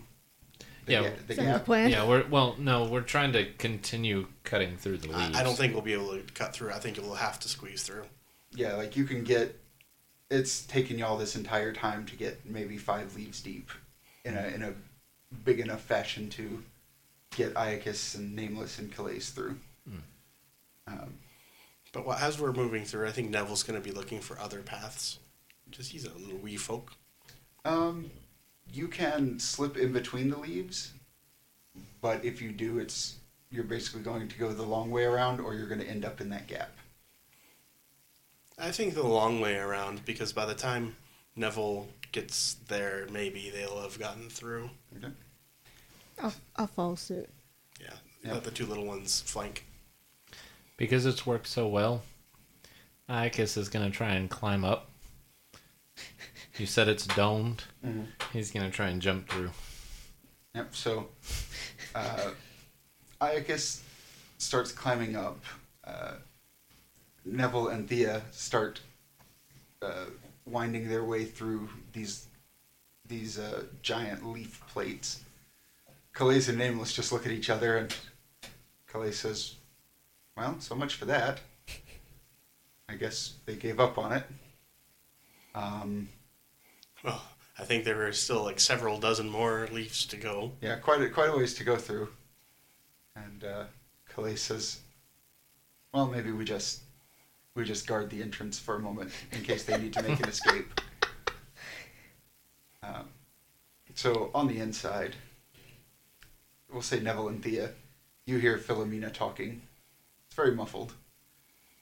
the,
Yeah.
ga- the
Is that the
gap?
plan?
Yeah, we're well, no, we're trying to continue cutting through the leaves.
I, I don't think we'll be able to cut through. I think we'll have to squeeze through.
Yeah, like you can get. It's taken y'all this entire time to get maybe five leaves deep, in a in a big enough fashion to get Iacus and Nameless and Calais through. Um,
But while, as we're moving through, I think Neville's going to be looking for other paths. Just he's a little wee folk.
um, you can slip in between the leaves, but if you do, it's you're basically going to go the long way around, or you're going to end up in that gap.
I think the long way around because by the time Neville gets there, maybe they'll have gotten through.
Okay.
I'll, I'll follow suit.
Yeah,
Yeah.
let the two little ones flank.
because it's worked so well. Iacus is gonna try and climb up. You said it's domed.
Mhm.
He's gonna try and jump through.
Yep. So, uh, Iacus starts climbing up. Uh, Neville and Thea start uh, winding their way through these these uh, giant leaf plates. Calais and Nameless just look at each other, and Calais says, "Well, so much for that. I guess they gave up on it." Um,
Well, I think there are still like several dozen more leaves to go.
Yeah, quite a, quite a ways to go through. And uh, Calais says, "Well, maybe we just we just guard the entrance for a moment in case they need to make an escape." Um, so on the inside, we'll say Neville and Thea. You hear Philomena talking. It's very muffled,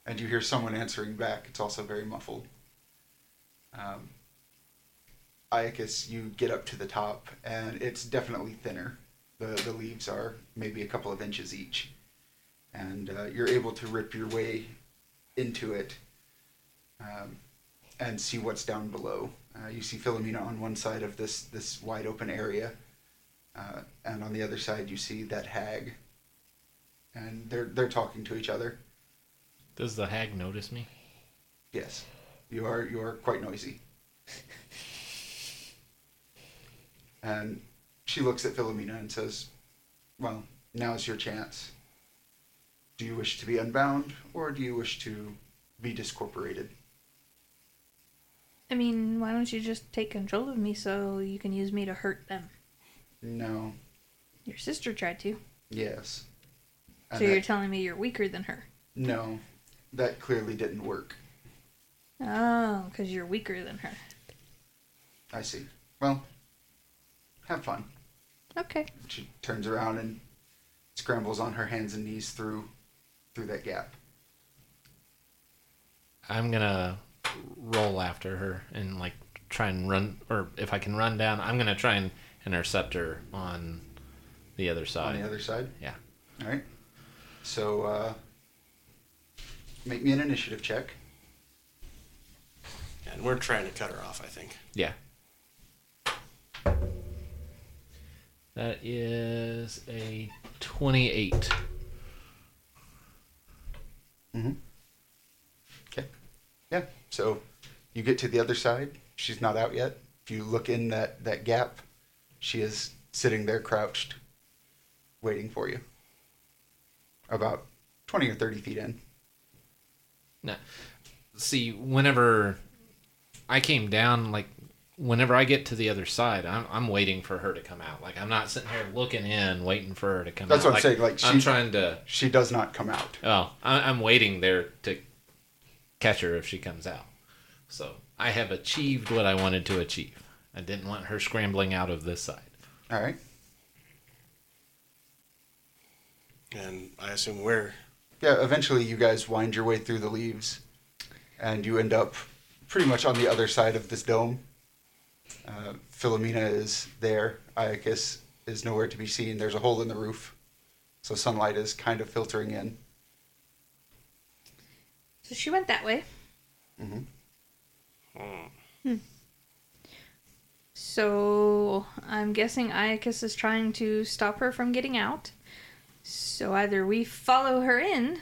and you hear someone answering back. It's also very muffled. Um, Iacus, you get up to the top, and it's definitely thinner. The, the leaves are maybe a couple of inches each, and uh, you're able to rip your way into it um, and see what's down below. Uh, you see Philomena on one side of this this wide open area, uh, and on the other side you see that hag, and they're they're talking to each other.
Does the hag notice me?
Yes, you are. You are quite noisy. and she looks at Philomena and says, "Well, now's your chance. Do you wish to be unbound, or do you wish to be discorporated?"
I mean, why don't you just take control of me so you can use me to hurt them?
No.
Your sister tried to.
Yes. And
so you're
that-
telling me you're weaker than her.
no, that clearly didn't work.
Oh, because you're weaker than her.
I see. Well, have fun.
Okay.
She turns around and scrambles on her hands and knees through through that gap.
I'm gonna roll after her and like try and run, or if I can run down, I'm gonna try and intercept her on the other side.
on the other side.
Yeah.
All right. So uh, make me an initiative check.
And we're trying to cut her off, I think.
Yeah. That is a 28.
Okay. Yeah. So you get to the other side. She's not out yet. If you look in that that gap, she is sitting there crouched, waiting for you. About twenty or thirty feet in.
No. See, whenever I came down, like, whenever I get to the other side, I'm, I'm waiting for her to come out. Like, I'm not sitting here looking in, waiting for her to come
That's
out.
what I'm saying, like,
I'm
she-
trying to.
She does not come out.
Oh, I, I'm waiting there to catch her if she comes out. So I have achieved what I wanted to achieve. I didn't want her scrambling out of this side.
All right.
And I assume we're
Yeah. Eventually, you guys wind your way through the leaves, and you end up pretty much on the other side of this dome. Uh, Philomena is there. Iacus is nowhere to be seen. There's a hole in the roof, so sunlight is kind of filtering in.
So she went that way. Mm-hmm. So I'm guessing Iacus is trying to stop her from getting out. So either we follow her in,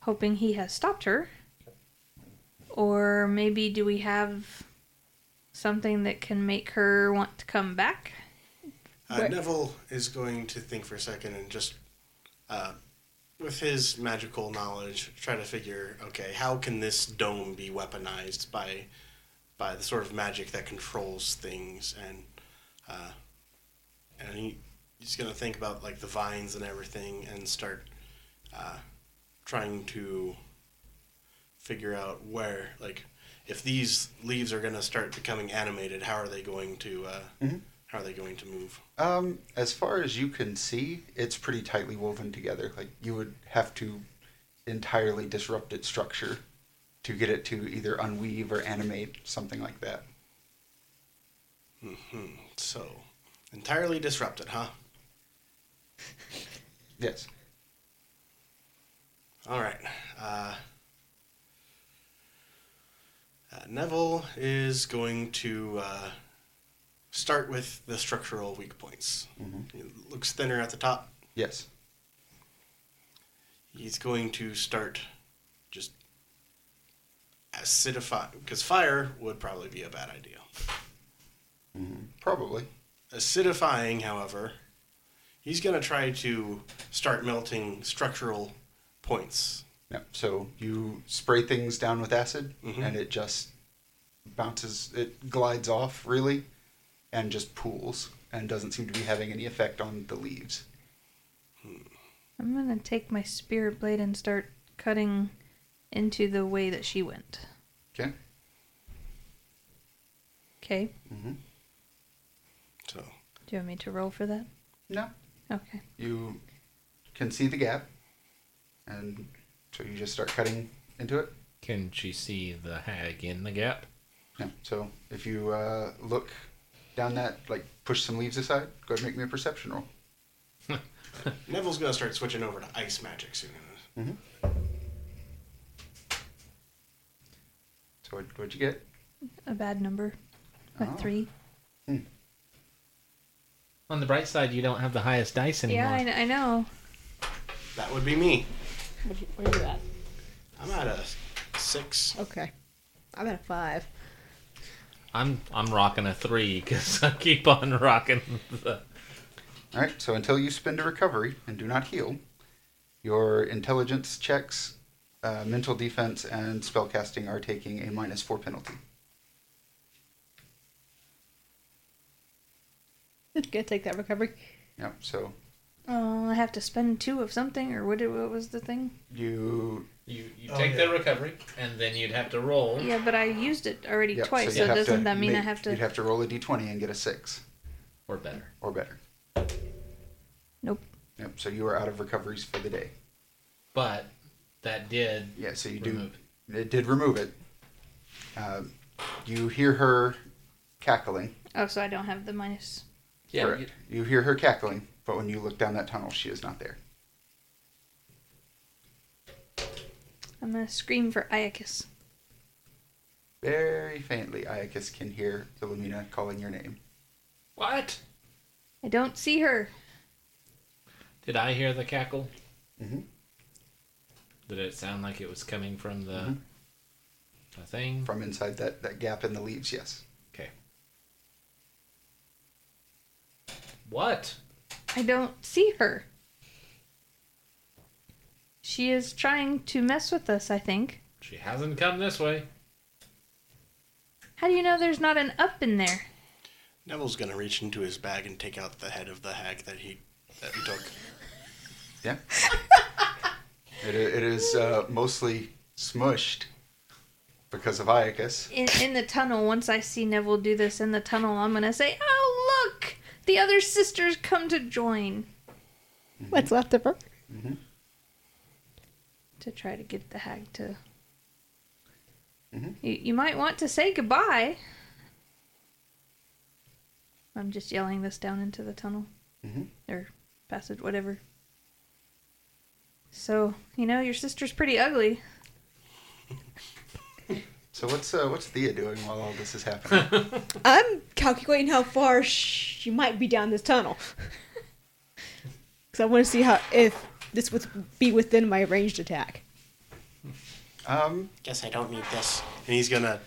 hoping he has stopped her, or maybe do we have something that can make her want to come back?
Uh, Neville is going to think for a second and just, uh, with his magical knowledge, try to figure, okay, how can this dome be weaponized by, by the sort of magic that controls things, and, uh, and he, he's going to think about like the vines and everything, and start, uh, trying to figure out where, like, if these leaves are going to start becoming animated, how are they going to, uh, how are they going to move?
Um, as far as you can see, it's pretty tightly woven together. Like you would have to entirely disrupt its structure to get it to either unweave or animate something like that.
Hmm, So, entirely disrupted, huh?
Yes.
All right. Uh, uh, Neville is going to uh, start with the structural weak points. It looks thinner at the top.
Yes.
He's going to start just acidify because fire would probably be a bad idea.
Probably.
acidifying, however, he's going to try to start melting structural points.
No. So you spray things down with acid,
Mhm.
and it just bounces, it glides off really, and just pools, and doesn't seem to be having any effect on the leaves.
I'm gonna take my spirit blade and start cutting into the way that she went.
Okay.
Okay.
Mm-hmm.
So,
Do you want me to roll for that?
No.
Okay.
You can see the gap, and so you just start cutting into it.
Can she see the hag in the gap?
No. So if you uh, look down that, like push some leaves aside, go ahead and make me a perception roll.
Neville's going to start switching over to ice magic soon.
So what, what'd you get?
A bad number. A
Oh.
three.
On the bright side, you don't have the highest dice anymore.
Yeah, I, kn- I know.
That would be me.
Where you at?
I'm at a six.
Okay. I'm at a five.
I'm I'm rocking a three because I keep on rocking the.
All right, so until you spend a recovery and do not heal, your intelligence checks, uh, mental defense, and spellcasting are taking a minus four penalty.
Gonna take that recovery.
Yep, so
Oh, I have to spend two of something, or what, what was the thing?
you.
You you
Oh,
take
yeah.
the recovery and then you'd have to roll.
Yeah, but I used it already
Yep,
twice,
you'd
so,
have to
doesn't that mean I
make-
have to?
You'd have to roll a d20 and get a six
Or better.
or better.
Nope.
Yep, so you are out of recoveries for the day.
But that did
Yeah, so you
remove.
do. It did remove it. Um, you hear her cackling.
Oh, so I don't have the minus.
Yeah,
Correct.
you-
You hear her cackling, but when you look down that tunnel, she is not there.
I'm gonna scream for Iacus.
Very faintly, Iacus can hear Illumina calling your name.
What?
I don't see her.
Did I hear the cackle?
Mm-hmm.
Mhm.
Did it sound like it was coming from the,
Mm-hmm.
the thing?
From inside that, that gap in the leaves, yes.
okay. What?
I don't see her. She is trying to mess with us, I think.
She hasn't come this way.
How do you know there's not an up in there?
Neville's gonna reach into his bag and take out the head of the hag that he that we took.
Yeah. it, i- it is uh, mostly smushed because of Iacus.
In, in the tunnel, once I see Neville do this in the tunnel, I'm gonna say, Oh, look! The other sisters come to join.
What's left of her?
To try to get the hag to.
Mm-hmm.
Mhm.
You, you might want to say goodbye. I'm just yelling this down into the tunnel.
Mm-hmm.
Mhm.
Or passage, whatever. So, you know, your sister's pretty ugly.
So what's uh, what's Thea doing while all this is happening?
I'm calculating how far she might be down this tunnel. Because I want to see how if this would be within my ranged attack.
um,
Guess I don't need this.
And he's gonna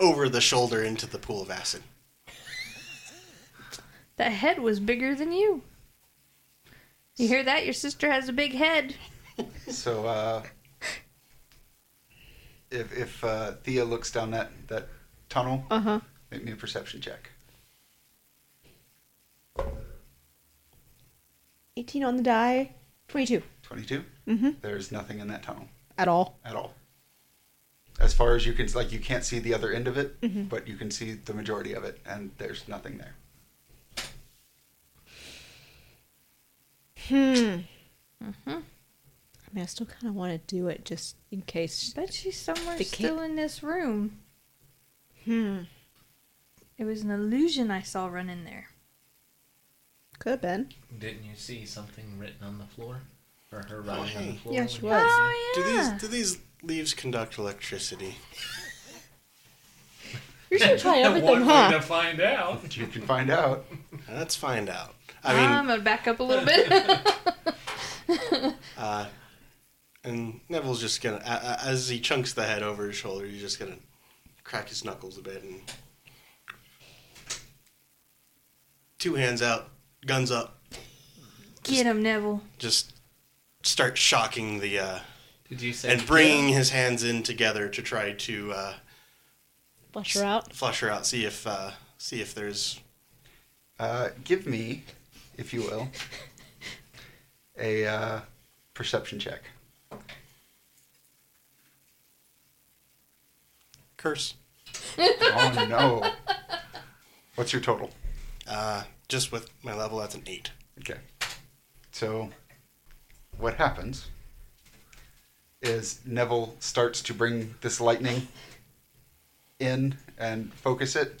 over the shoulder into the pool of acid.
That head was bigger than you. You hear that? Your sister has a big head.
so uh, if if uh, Thea looks down that that tunnel,
Uh huh.
make me a perception check.
18 on the die. 22.
Twenty-two.
Mhm.
There's nothing in that tunnel.
At all.
at all. As far as you can, like you can't see the other end of it, but you can see the majority of it, and there's nothing there.
Hmm. Mm-hmm. I mean, I still kind of want to do it just in case.
Bet she's somewhere
The
still in this room.
Hmm.
It was an illusion I saw run in there.
Could have been.
Didn't you see something written on the floor? Or her writing on the
hey.
floor?
Yeah,
when
she
you-
was.
Oh
Do
yeah.
these do these leaves conduct electricity?
You're going to try
One
everything,
way
huh?
to find out.
You can find out.
Let's find out. I mean,
I'm gonna back up a little bit.
Uh, and Neville's just gonna, uh, as he chunks the head over his shoulder, he's just gonna crack his knuckles a bit and two hands out, guns up,
Get him, Neville.
just start shocking the uh,
Did you say?
and bringing his hands in together to try to uh,
Flush her out.
flush her out, see if uh, see if there's
Uh, give me, if you will, a uh, perception check.
curse.
Oh no! What's your total?
Uh, just with my level, that's an eight.
Okay. So, what happens is Neville starts to bring this lightning in and focus it,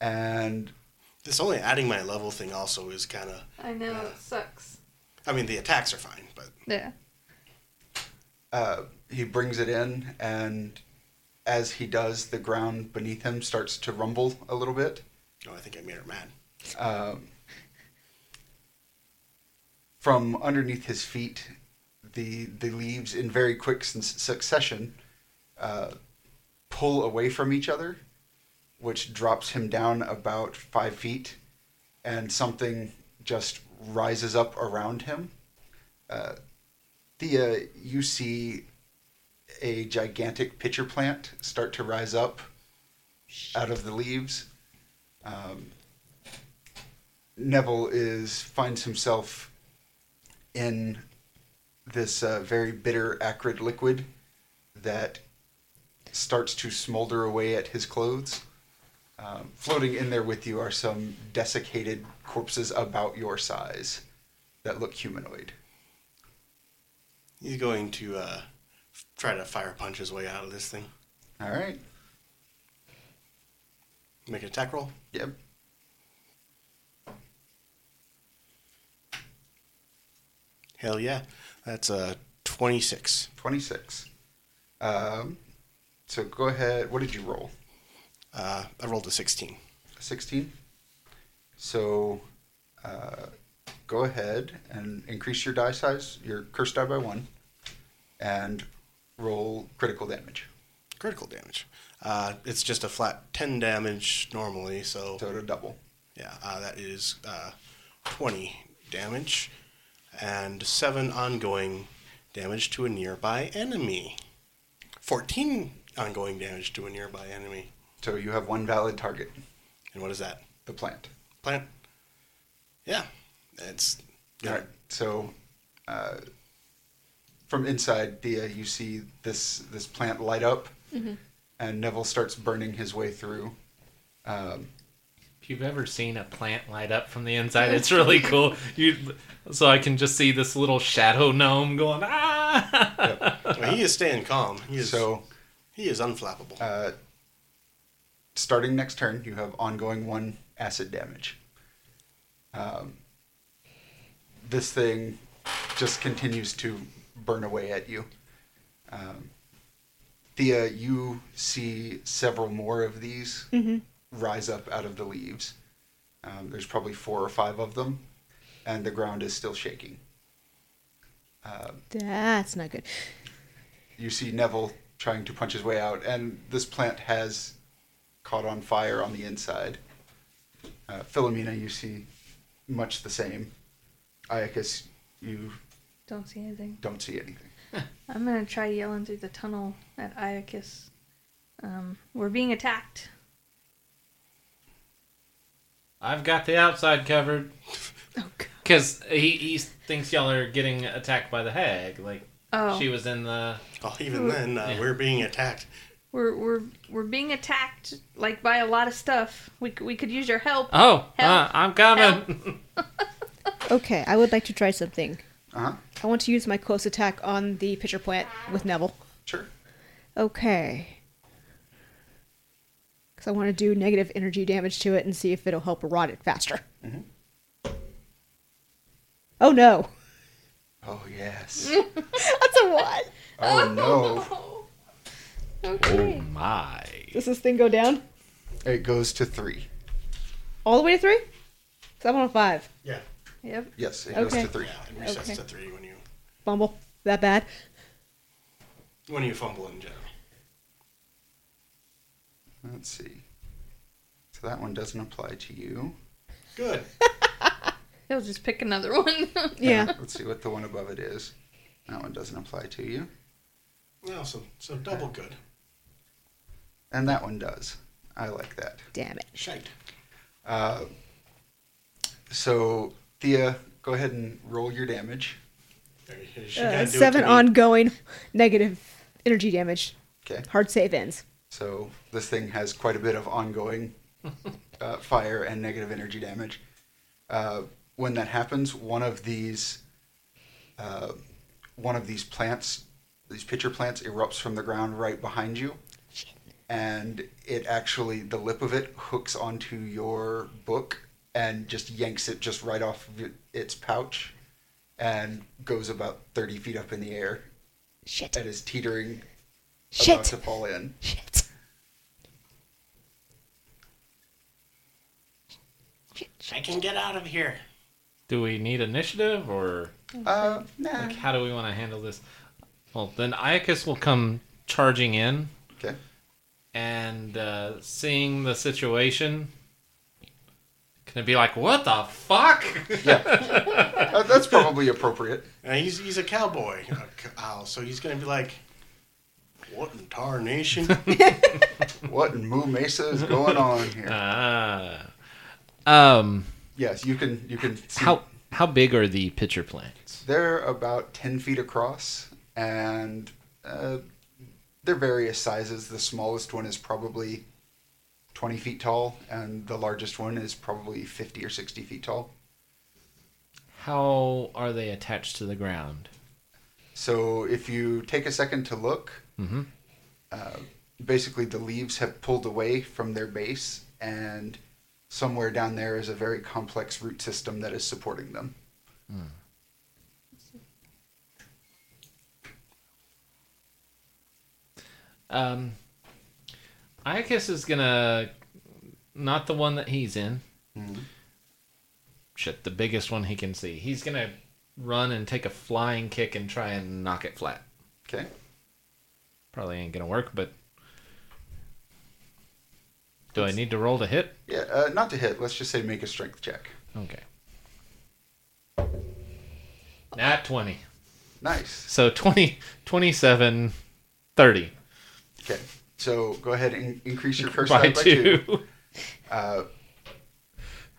and
This only adding my level thing also is kind of.
I know
it
sucks.
I mean, the attacks are fine, but
Yeah.
uh, he brings it in, and as he does, the ground beneath him starts to rumble a little bit.
oh, I think I made her mad.
Um, from underneath his feet, the the leaves in very quick s- succession uh, pull away from each other, which drops him down about five feet, and something just rises up around him. Uh, Thea, you see a gigantic pitcher plant start to rise up out of the leaves. Um, Neville is finds himself in this uh, very bitter, acrid liquid that starts to smolder away at his clothes. Um, floating in there with you are some desiccated corpses about your size that look humanoid.
He's going to uh, f- try to fire punch his way out of this thing.
All right.
Make an attack roll.
Yep.
Hell yeah. That's uh, 26.
26. Um, so go ahead. What did you roll?
Uh, I rolled a 16.
16. So uh, go ahead and increase your die size, your curse die by one, and roll critical damage.
Critical damage. Uh, it's just a flat 10 damage normally, so
So it'll double.
yeah, uh, that is uh, 20 damage and 7 ongoing damage to a nearby enemy. 14 ongoing damage to a nearby enemy.
So you have one valid target,
And what is that?
the plant.
Plant? Yeah, that's
All right. So, uh, from inside Dia, you see this this plant light up, and Neville starts burning his way through. Um,
If you've ever seen a plant light up from the inside, it's really cool. You, so I can just see this little shadow gnome going ah.
Well, he is staying calm. He is,
so,
he is unflappable.
uh, starting next turn, you have ongoing one acid damage. Um, this thing just continues to burn away at you. Um, Thea, you see several more of these rise up out of the leaves. Um, there's probably four or five of them, and the ground is still shaking.
That's not good.
you see Neville trying to punch his way out, and this plant has caught on fire on the inside. Uh, Philomena, you see much the same. Iacus, you
Don't see anything.
don't see anything.
I'm gonna try yelling through the tunnel at Iacus. Um, we're being attacked.
I've got the outside covered.
Oh,
Because he, he thinks y'all are getting attacked by the hag. Like
Oh,
she was in the.
Oh, even then, uh, we're being attacked.
we're we're we're being attacked like by a lot of stuff. We c- we could use your help.
Oh,
Help.
uh, I'm coming.
Okay, I would like to try something.
Uh huh.
I want to use my close attack on the pitcher plant with Neville.
Sure.
Okay. Because I want to do negative energy damage to it and see if it'll help rot it faster. Mm-hmm. Oh no!
Oh yes.
That's a what?
oh no.
Oh.
Okay.
My.
Does this thing go down?
It goes to three.
All the way to three? Because I'm on a five.
Yeah.
Yep.
Yes, it goes
Okay.
to three.
Yeah, it resets
Okay.
to three when you
Bumble. That bad?
when you fumble in general.
Let's see. So that one doesn't apply to you.
Good.
He'll just pick another one.
Yeah.
Let's see what the one above it is. That one doesn't apply to you.
No, so so double good.
And that one does. I like that.
Damn it.
Shite.
Uh, so Thea, go ahead and roll your damage.
There you- she
Uh,
gotta do it
seven
to me.
ongoing negative energy damage.
Okay.
Hard save ends.
So this thing has quite a bit of ongoing uh, fire and negative energy damage. Uh, when that happens, one of these, uh, one of these plants, these pitcher plants, erupts from the ground right behind you, and it actually the lip of it hooks onto your book and just yanks it just right off of it- its pouch, and goes about thirty feet up in the air.
Shit.
It is teetering,
Shit.
about to fall in.
Shit. Shit.
I can get out of here.
Do we need initiative or
Uh, nah.
Like, how do we want to handle this? Well, then Iacus will come charging in
Okay.
and uh, seeing the situation. Gonna be like, what the fuck?
Uh, that's probably appropriate.
And Uh, he's he's a cowboy, a c- owl, so he's gonna be like, "What in tarnation?"
What in Moo Mesa is going on here?
Ah. Um.
Yes, you can. You can. See.
How how big are the pitcher plants?
They're about ten feet across, and uh, they're various sizes. The smallest one is probably twenty feet tall, and the largest one is probably fifty or sixty feet tall.
How are they attached to the ground?
So if you take a second to look,
Mhm.
uh, basically the leaves have pulled away from their base, and somewhere down there is a very complex root system that is supporting them.
Um, Iacus is gonna not the one that he's in. Shit, the biggest one he can see. He's gonna run and take a flying kick and try and knock it flat.
Okay.
Probably ain't gonna work, but do I need to roll to hit?
Yeah, uh, not to hit. Let's just say make a strength check.
Okay. Nat 20.
Nice.
So 20, 27, 30.
Okay. So go ahead and increase your curse
by
die by two.
two.
Uh,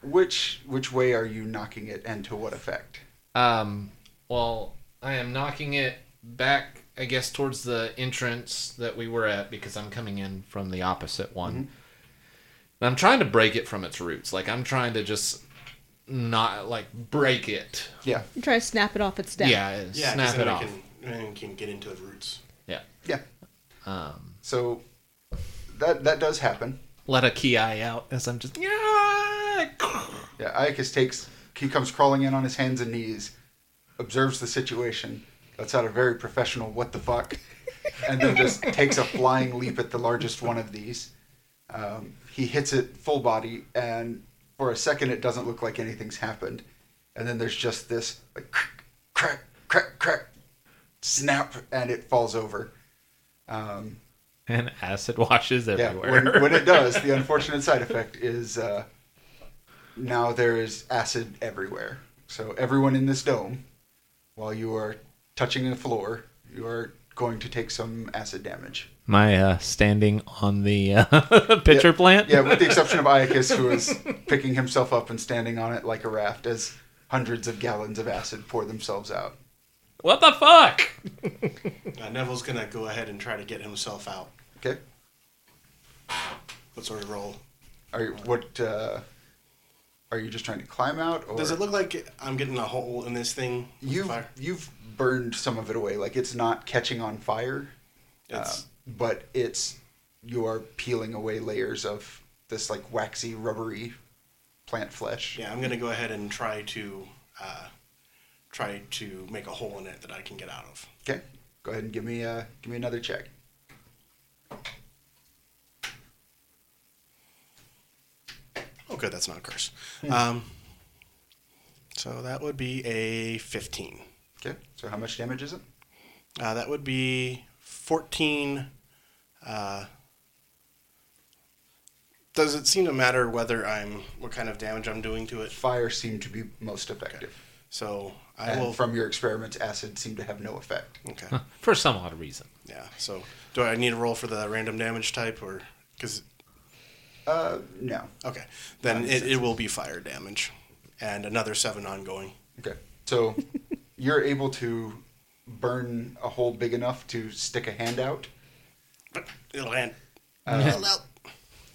which which way are you knocking it, and to what effect?
Um, well, I am knocking it back, I guess, towards the entrance that we were at because I'm coming in from the opposite one. And I'm trying to break it from its roots. Like, I'm trying to just not, like, break it.
Yeah.
I'm trying to snap it off its
Yeah,
down.
yeah, 'cause
snap
then
it
we
off.
Can, then we can get into the roots.
Yeah.
Yeah.
Um,
So that that does happen.
let a key eye out as I'm just.
Yeah, Iacus takes. He comes crawling in on his hands and knees, observes the situation, lets out a very professional "What the fuck," and then just takes a flying leap at the largest one of these. Um, he hits it full body, and for a second, it doesn't look like anything's happened, and then there's just this like crack, crack, crack, crack, snap, and it falls over. Um,
And acid washes
yeah,
everywhere.
when, when it does, the unfortunate side effect is uh, now there is acid everywhere. So everyone in this dome, while you are touching the floor, you are going to take some acid damage.
My uh, standing on the uh, pitcher plant.
Yeah, with the exception of Iacus, who is picking himself up and standing on it like a raft as hundreds of gallons of acid pour themselves out.
What the fuck?
Uh, Neville's gonna go ahead and try to get himself out.
Okay,
What sort of roll?
are you, what? Uh, are you just trying to climb out, or
Does it look like I'm getting a hole in this thing? with the
you've
fire?
you've burned some of it away? Like it's not catching on fire.
It's,
Uh, but it's you are peeling away layers of this like waxy, rubbery plant flesh.
yeah, I'm gonna go ahead and try to uh, try to make a hole in it that I can get out of.
Okay, go ahead and give me uh, give me another check.
Oh, good, that's not a curse. Um, so that would be a 15.
Okay, so how much damage is it?
Uh, that would be 14. Uh, does it seem to matter whether I'm what kind of damage I'm doing to it?
Fire seemed to be most effective,
So I
and
will.
from your experiments, acid seemed to have no effect.
okay.
For some odd reason.
Yeah. So do I need to roll for the random damage type or because
Uh, no.
okay, then it, it will be fire damage, and another seven ongoing.
Okay, so you're able to burn a hole big enough to stick a hand out.
But it'll end.
Um,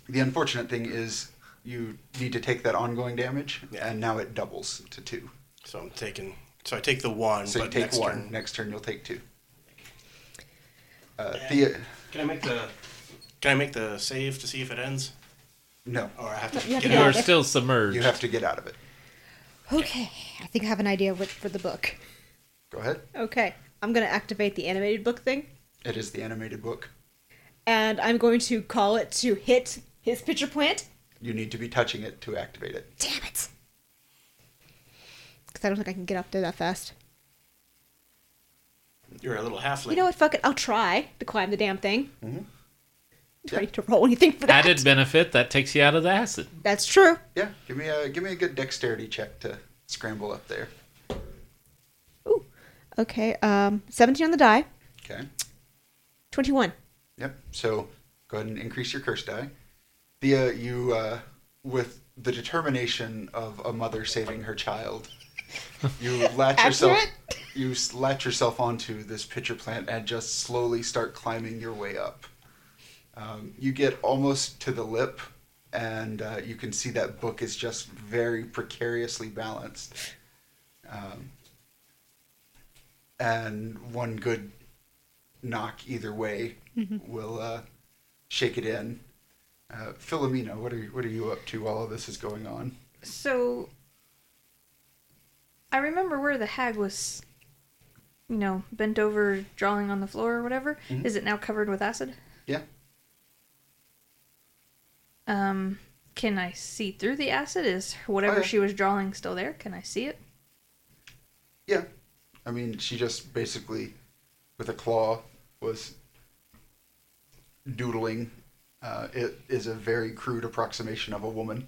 the unfortunate thing is you need to take that ongoing damage,
Yeah.
and now it doubles to two.
So I'm taking. So I take the one.
So
but
you take
next
one.
Turn,
Next turn, you'll take two. Uh,
Yeah.
Thea,
Can I make the? Can I make the save to see if it ends,
no,
or I have to
You have
get
to
You
out?
are still submerged.
you have to get out of it.
Okay. I think I have an idea what for the book.
Go ahead.
Okay. I'm gonna activate the animated book thing,
It is the animated book.
and I'm going to call it to hit his pitcher plant.
You need to be touching it to activate it.
Damn it! Because I don't think I can get up there that fast.
You're a little halfling.
You know what? Fuck it. I'll try to climb the damn thing.
Mm-hmm.
Do I need to roll anything for that?
Added benefit that takes you out of the acid.
That's true.
Yeah, give me a give me a good dexterity check to scramble up there.
Ooh. Okay. Um, 17 on the die.
Okay.
21.
Yep. So go ahead and increase your curse die. Thea, you uh, with the determination of a mother saving her child, you latch yourself
Accurate.
you s- latch yourself onto this pitcher plant and just slowly start climbing your way up. Um, you get almost to the lip, and uh, you can see that book is just very precariously balanced. Um, and one good knock either way will uh, shake it in. Uh, Philomena, what are you, what are you up to while all this is going on?
So I remember where the hag was, you know, bent over, drawing on the floor or whatever. Is it now covered with acid?
Yeah.
Um, can I see through the acid? Is whatever
yeah.
she was drawing still there? Can I see it?
Yeah. I mean, she just basically, with a claw, was doodling. Uh, it is a very crude approximation of a woman.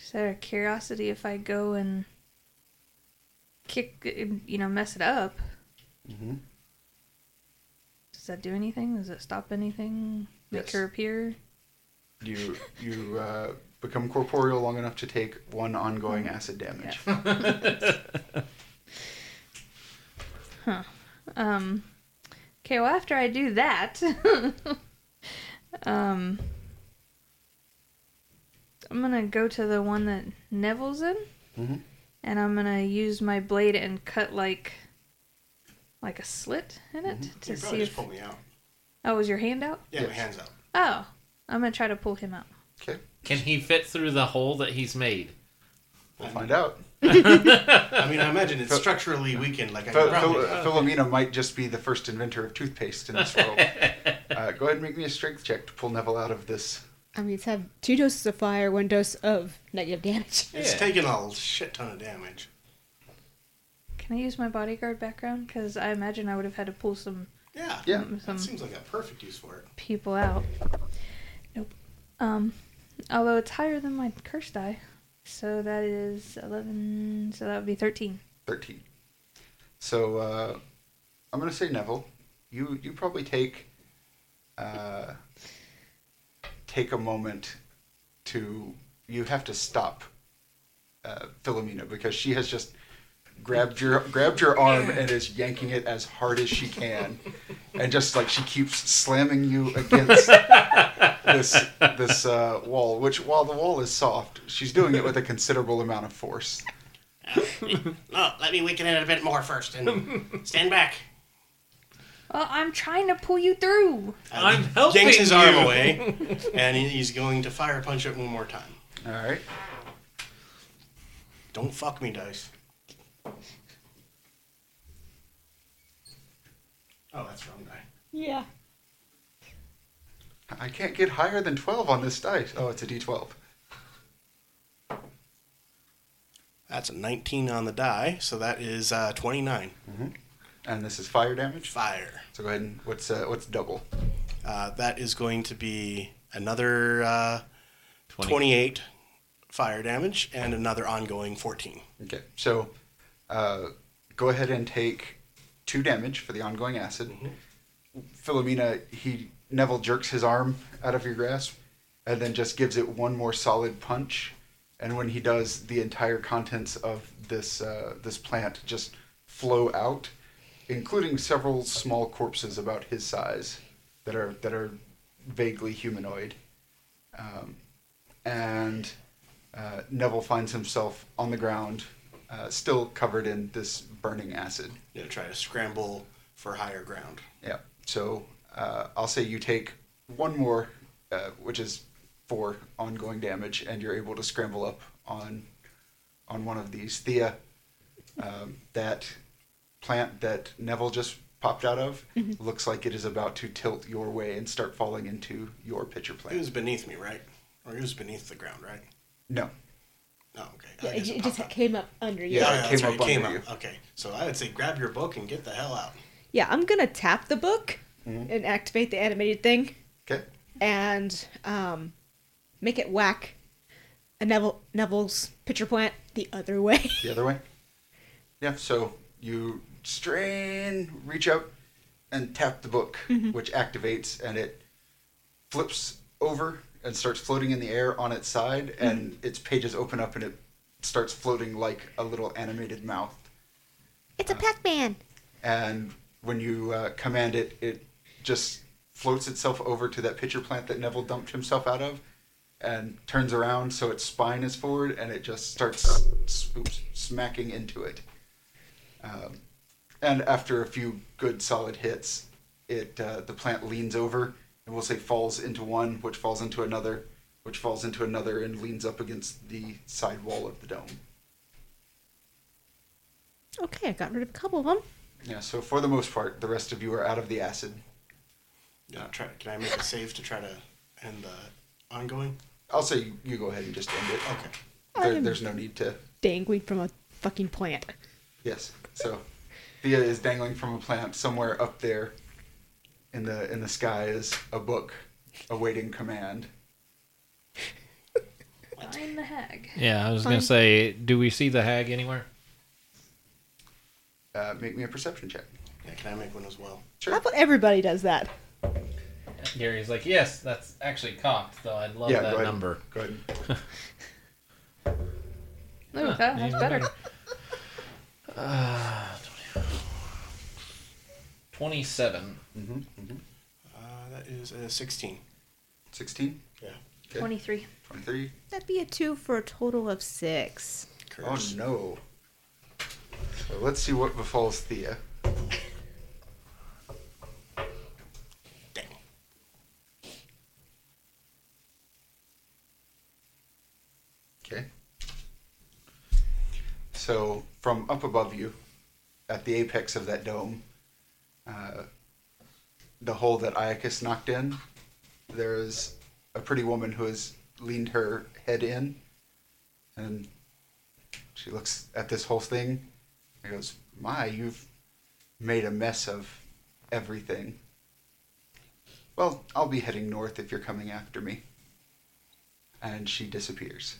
Is there a curiosity if I go and kick, you know, mess it up?
Mhm.
Does that do anything? Does it stop anything? Make
Yes.
her appear?
You you uh, become corporeal long enough to take one ongoing acid damage.
Um, okay, well, after I do that, um, I'm gonna go to the one that Neville's in,
Mhm.
and I'm gonna use my blade and cut like, like a slit in it
You
to
probably
see
just
if.
pull me out.
Oh, was your hand out?
Yeah, my
Yes.
hands out.
Oh, I'm gonna try to pull him out.
Okay,
Can he fit through the hole that he's made?
we'll find out.
I mean, I imagine it's structurally weakened, like I
Phil-
probably.
uh,
Phil- Philomena might just be the first inventor of toothpaste in this world. Uh, go ahead and make me a strength check to pull Neville out of this.
I mean, it's have two doses of fire, one dose of negative damage.
It's
Yeah.
taking a shit ton of damage.
Can I use my bodyguard background? Because I imagine I would have had to pull some
Yeah.
Yeah.
Mm,
some
That seems like a perfect use for it.
people out. Nope. Um, although it's higher than my curse die, so that is eleven. So that would be thirteen.
13. So uh, I'm going to say Neville. You you probably take uh, take a moment to you have to stop uh, Philomena because she has just grabbed your grabbed your arm and is yanking it as hard as she can, and just like she keeps slamming you against this this uh, wall. Which while the wall is soft, she's doing it with a considerable amount of force.
Oh,
No, let me weaken it a bit more first and stand back.
Well, Oh, I'm trying to pull you through.
I'm helping
Uh, Yanks his
you.
arm away, and he- he's going to fire punch it one more time.
All right.
Don't fuck me, dice. Oh, that's wrong die.
Yeah.
I can't get higher than 12 on this dice. Oh, it's a d12.
That's a 19 on the die, so that is uh, 29.
And this is fire damage.
Fire.
So go ahead and what's uh, what's double?
Uh, that is going to be another uh, 28 fire damage and another ongoing 14.
Okay. So uh, go ahead and take two damage for the ongoing acid. Philomena, he Neville jerks his arm out of your grasp and then just gives it one more solid punch. And when he does, the entire contents of this uh, this plant just flow out, including several small corpses about his size that are that are vaguely humanoid. Um, and uh, Neville finds himself on the ground, uh, still covered in this burning acid.
You know, try to scramble for higher ground.
Yeah. So uh, I'll say you take one more, uh, which is four ongoing damage, and you're able to scramble up on on one of these. Thea, um, that plant that Neville just popped out of looks like it is about to tilt your way and start falling into your pitcher
He
plant.
was beneath me, right? Or he was beneath the ground, right?
No,
Oh, okay.
Yeah,
I
it,
guess
it just
popped up.
came up under you.
Yeah,
Yeah.
it came
that's right,
up
it came
under
up. Okay, so I would say grab your book and get the hell out.
I'm gonna tap the book
Mm-hmm.
and activate the animated thing
Okay.
and um, make it whack a Neville Neville's pitcher plant the other way.
The other way. Yeah. So you strain, reach up, and tap the book, which activates, and it flips over and starts floating in the air on its side, and its pages open up, and it starts floating like a little animated mouth.
It's a Pac-Man.
and when you uh, command it, it just floats itself over to that pitcher plant that Neville dumped himself out of, and turns around so its spine is forward, and it just starts s- oops, smacking into it. Um, and after a few good solid hits, it uh, the plant leans over and we'll say falls into one, which falls into another, which falls into another, and leans up against the side wall of the dome.
Okay, I got rid of a couple of them.
Yeah. So for the most part, the rest of you are out of the acid.
Yeah, try, can I make a save to try to end the ongoing?
I'll say you, you go ahead and just end it.
Okay.
There, there's no need to.
Dangling from a fucking plant.
Yes. So Thea is dangling from a plant somewhere up there. In the in the sky is a book awaiting command.
Find the hag.
Yeah, I was gonna say, do we see the hag anywhere?
Uh, make me a perception check.
Yeah, can I make one as well?
How about everybody does that?
Gary's like, yes, that's actually cocked. Though I'd love
yeah.
that
go ahead.
number.
Go ahead.
Look at that. That's better.
Twenty-seven.
Uh, that is a 16.
16,
Yeah.
23.
23.
That'd be a two for a total of six.
Oh no. So let's see what befalls Thea.
Dang.
Okay. So from up above you, at the apex of that dome, uh, the hole that Iacus knocked in, there is a pretty woman who has leaned her head in, and she looks at this whole thing and goes, "My, you've made a mess of everything." Well, I'll be heading north if you're coming after me. And she disappears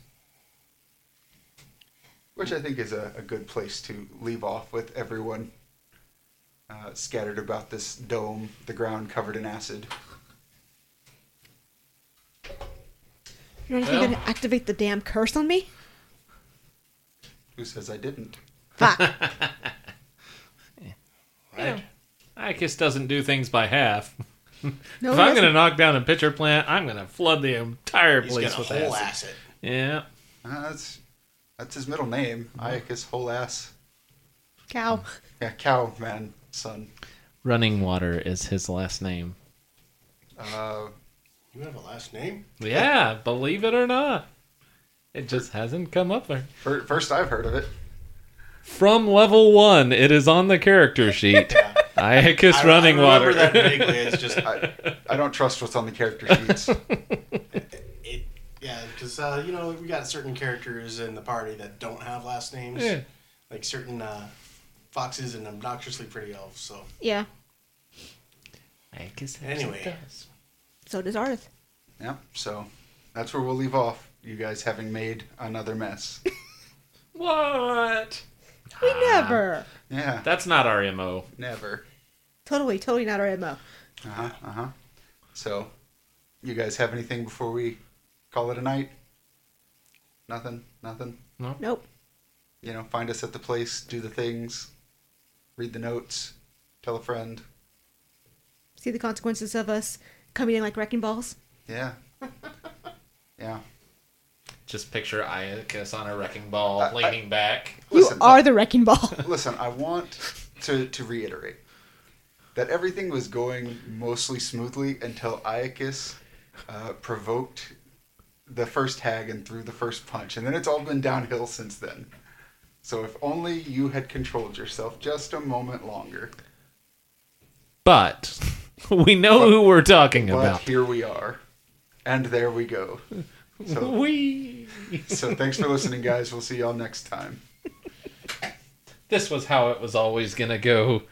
which I think is a, a good place to leave off with everyone uh, scattered about this dome, the ground covered in acid.
You're not
Well-
even gonna activate the damn curse on me?
Who says I didn't?
Fuck.
Right.
Icus doesn't do things by half.
No,
if
he
I'm going to
doesn't.
knock down a pitcher plant, I'm going to flood the entire
He's
place
got a
with
whole
acid.
acid.
Yeah.
Uh, that's that's his middle name, Iacus whole ass.
Cow.
Yeah, cow man, son.
Running Water is his last name.
Uh,
You have a last name?
Yeah, believe it or not. It just hasn't come up there.
fir- first I've heard of it.
From level one, it is on the character sheet. Iacus
I-
Running
I
Water.
remember that vaguely. It's just
I, I don't trust what's on the character sheets.
it. Yeah, because uh, you know we got certain characters in the party that don't have last names,
Yeah.
like certain uh, foxes and obnoxiously pretty elves. So
Yeah.
Iacus actually
Anyway.
does.
So does Arth.
yeah, so that's where we'll leave off. You guys having made another mess.
What?
We never.
Yeah,
That's not our MO.
never.
Totally, totally not our MO.
Uh huh. Uh huh. So, you guys have anything before we call it a night? Nothing. Nothing.
Nope.
You know, find us at the place, do the things, read the notes, tell a friend.
See the consequences of us coming in like wrecking balls?
Yeah. Yeah.
Just picture Iacus on a wrecking ball,
I- I-
leaning back.
Listen,
you are the wrecking ball.
listen. I want to to reiterate that everything was going mostly smoothly until Iacus uh, provoked the first hag and threw the first punch, and then it's all been downhill since then. So if only you had controlled yourself just a moment longer.
But we know who we're talking
But
about.
here we are, and there we go. So,
Whee!
so thanks for listening, guys. We'll see y'all next time.
This was how it was always gonna go.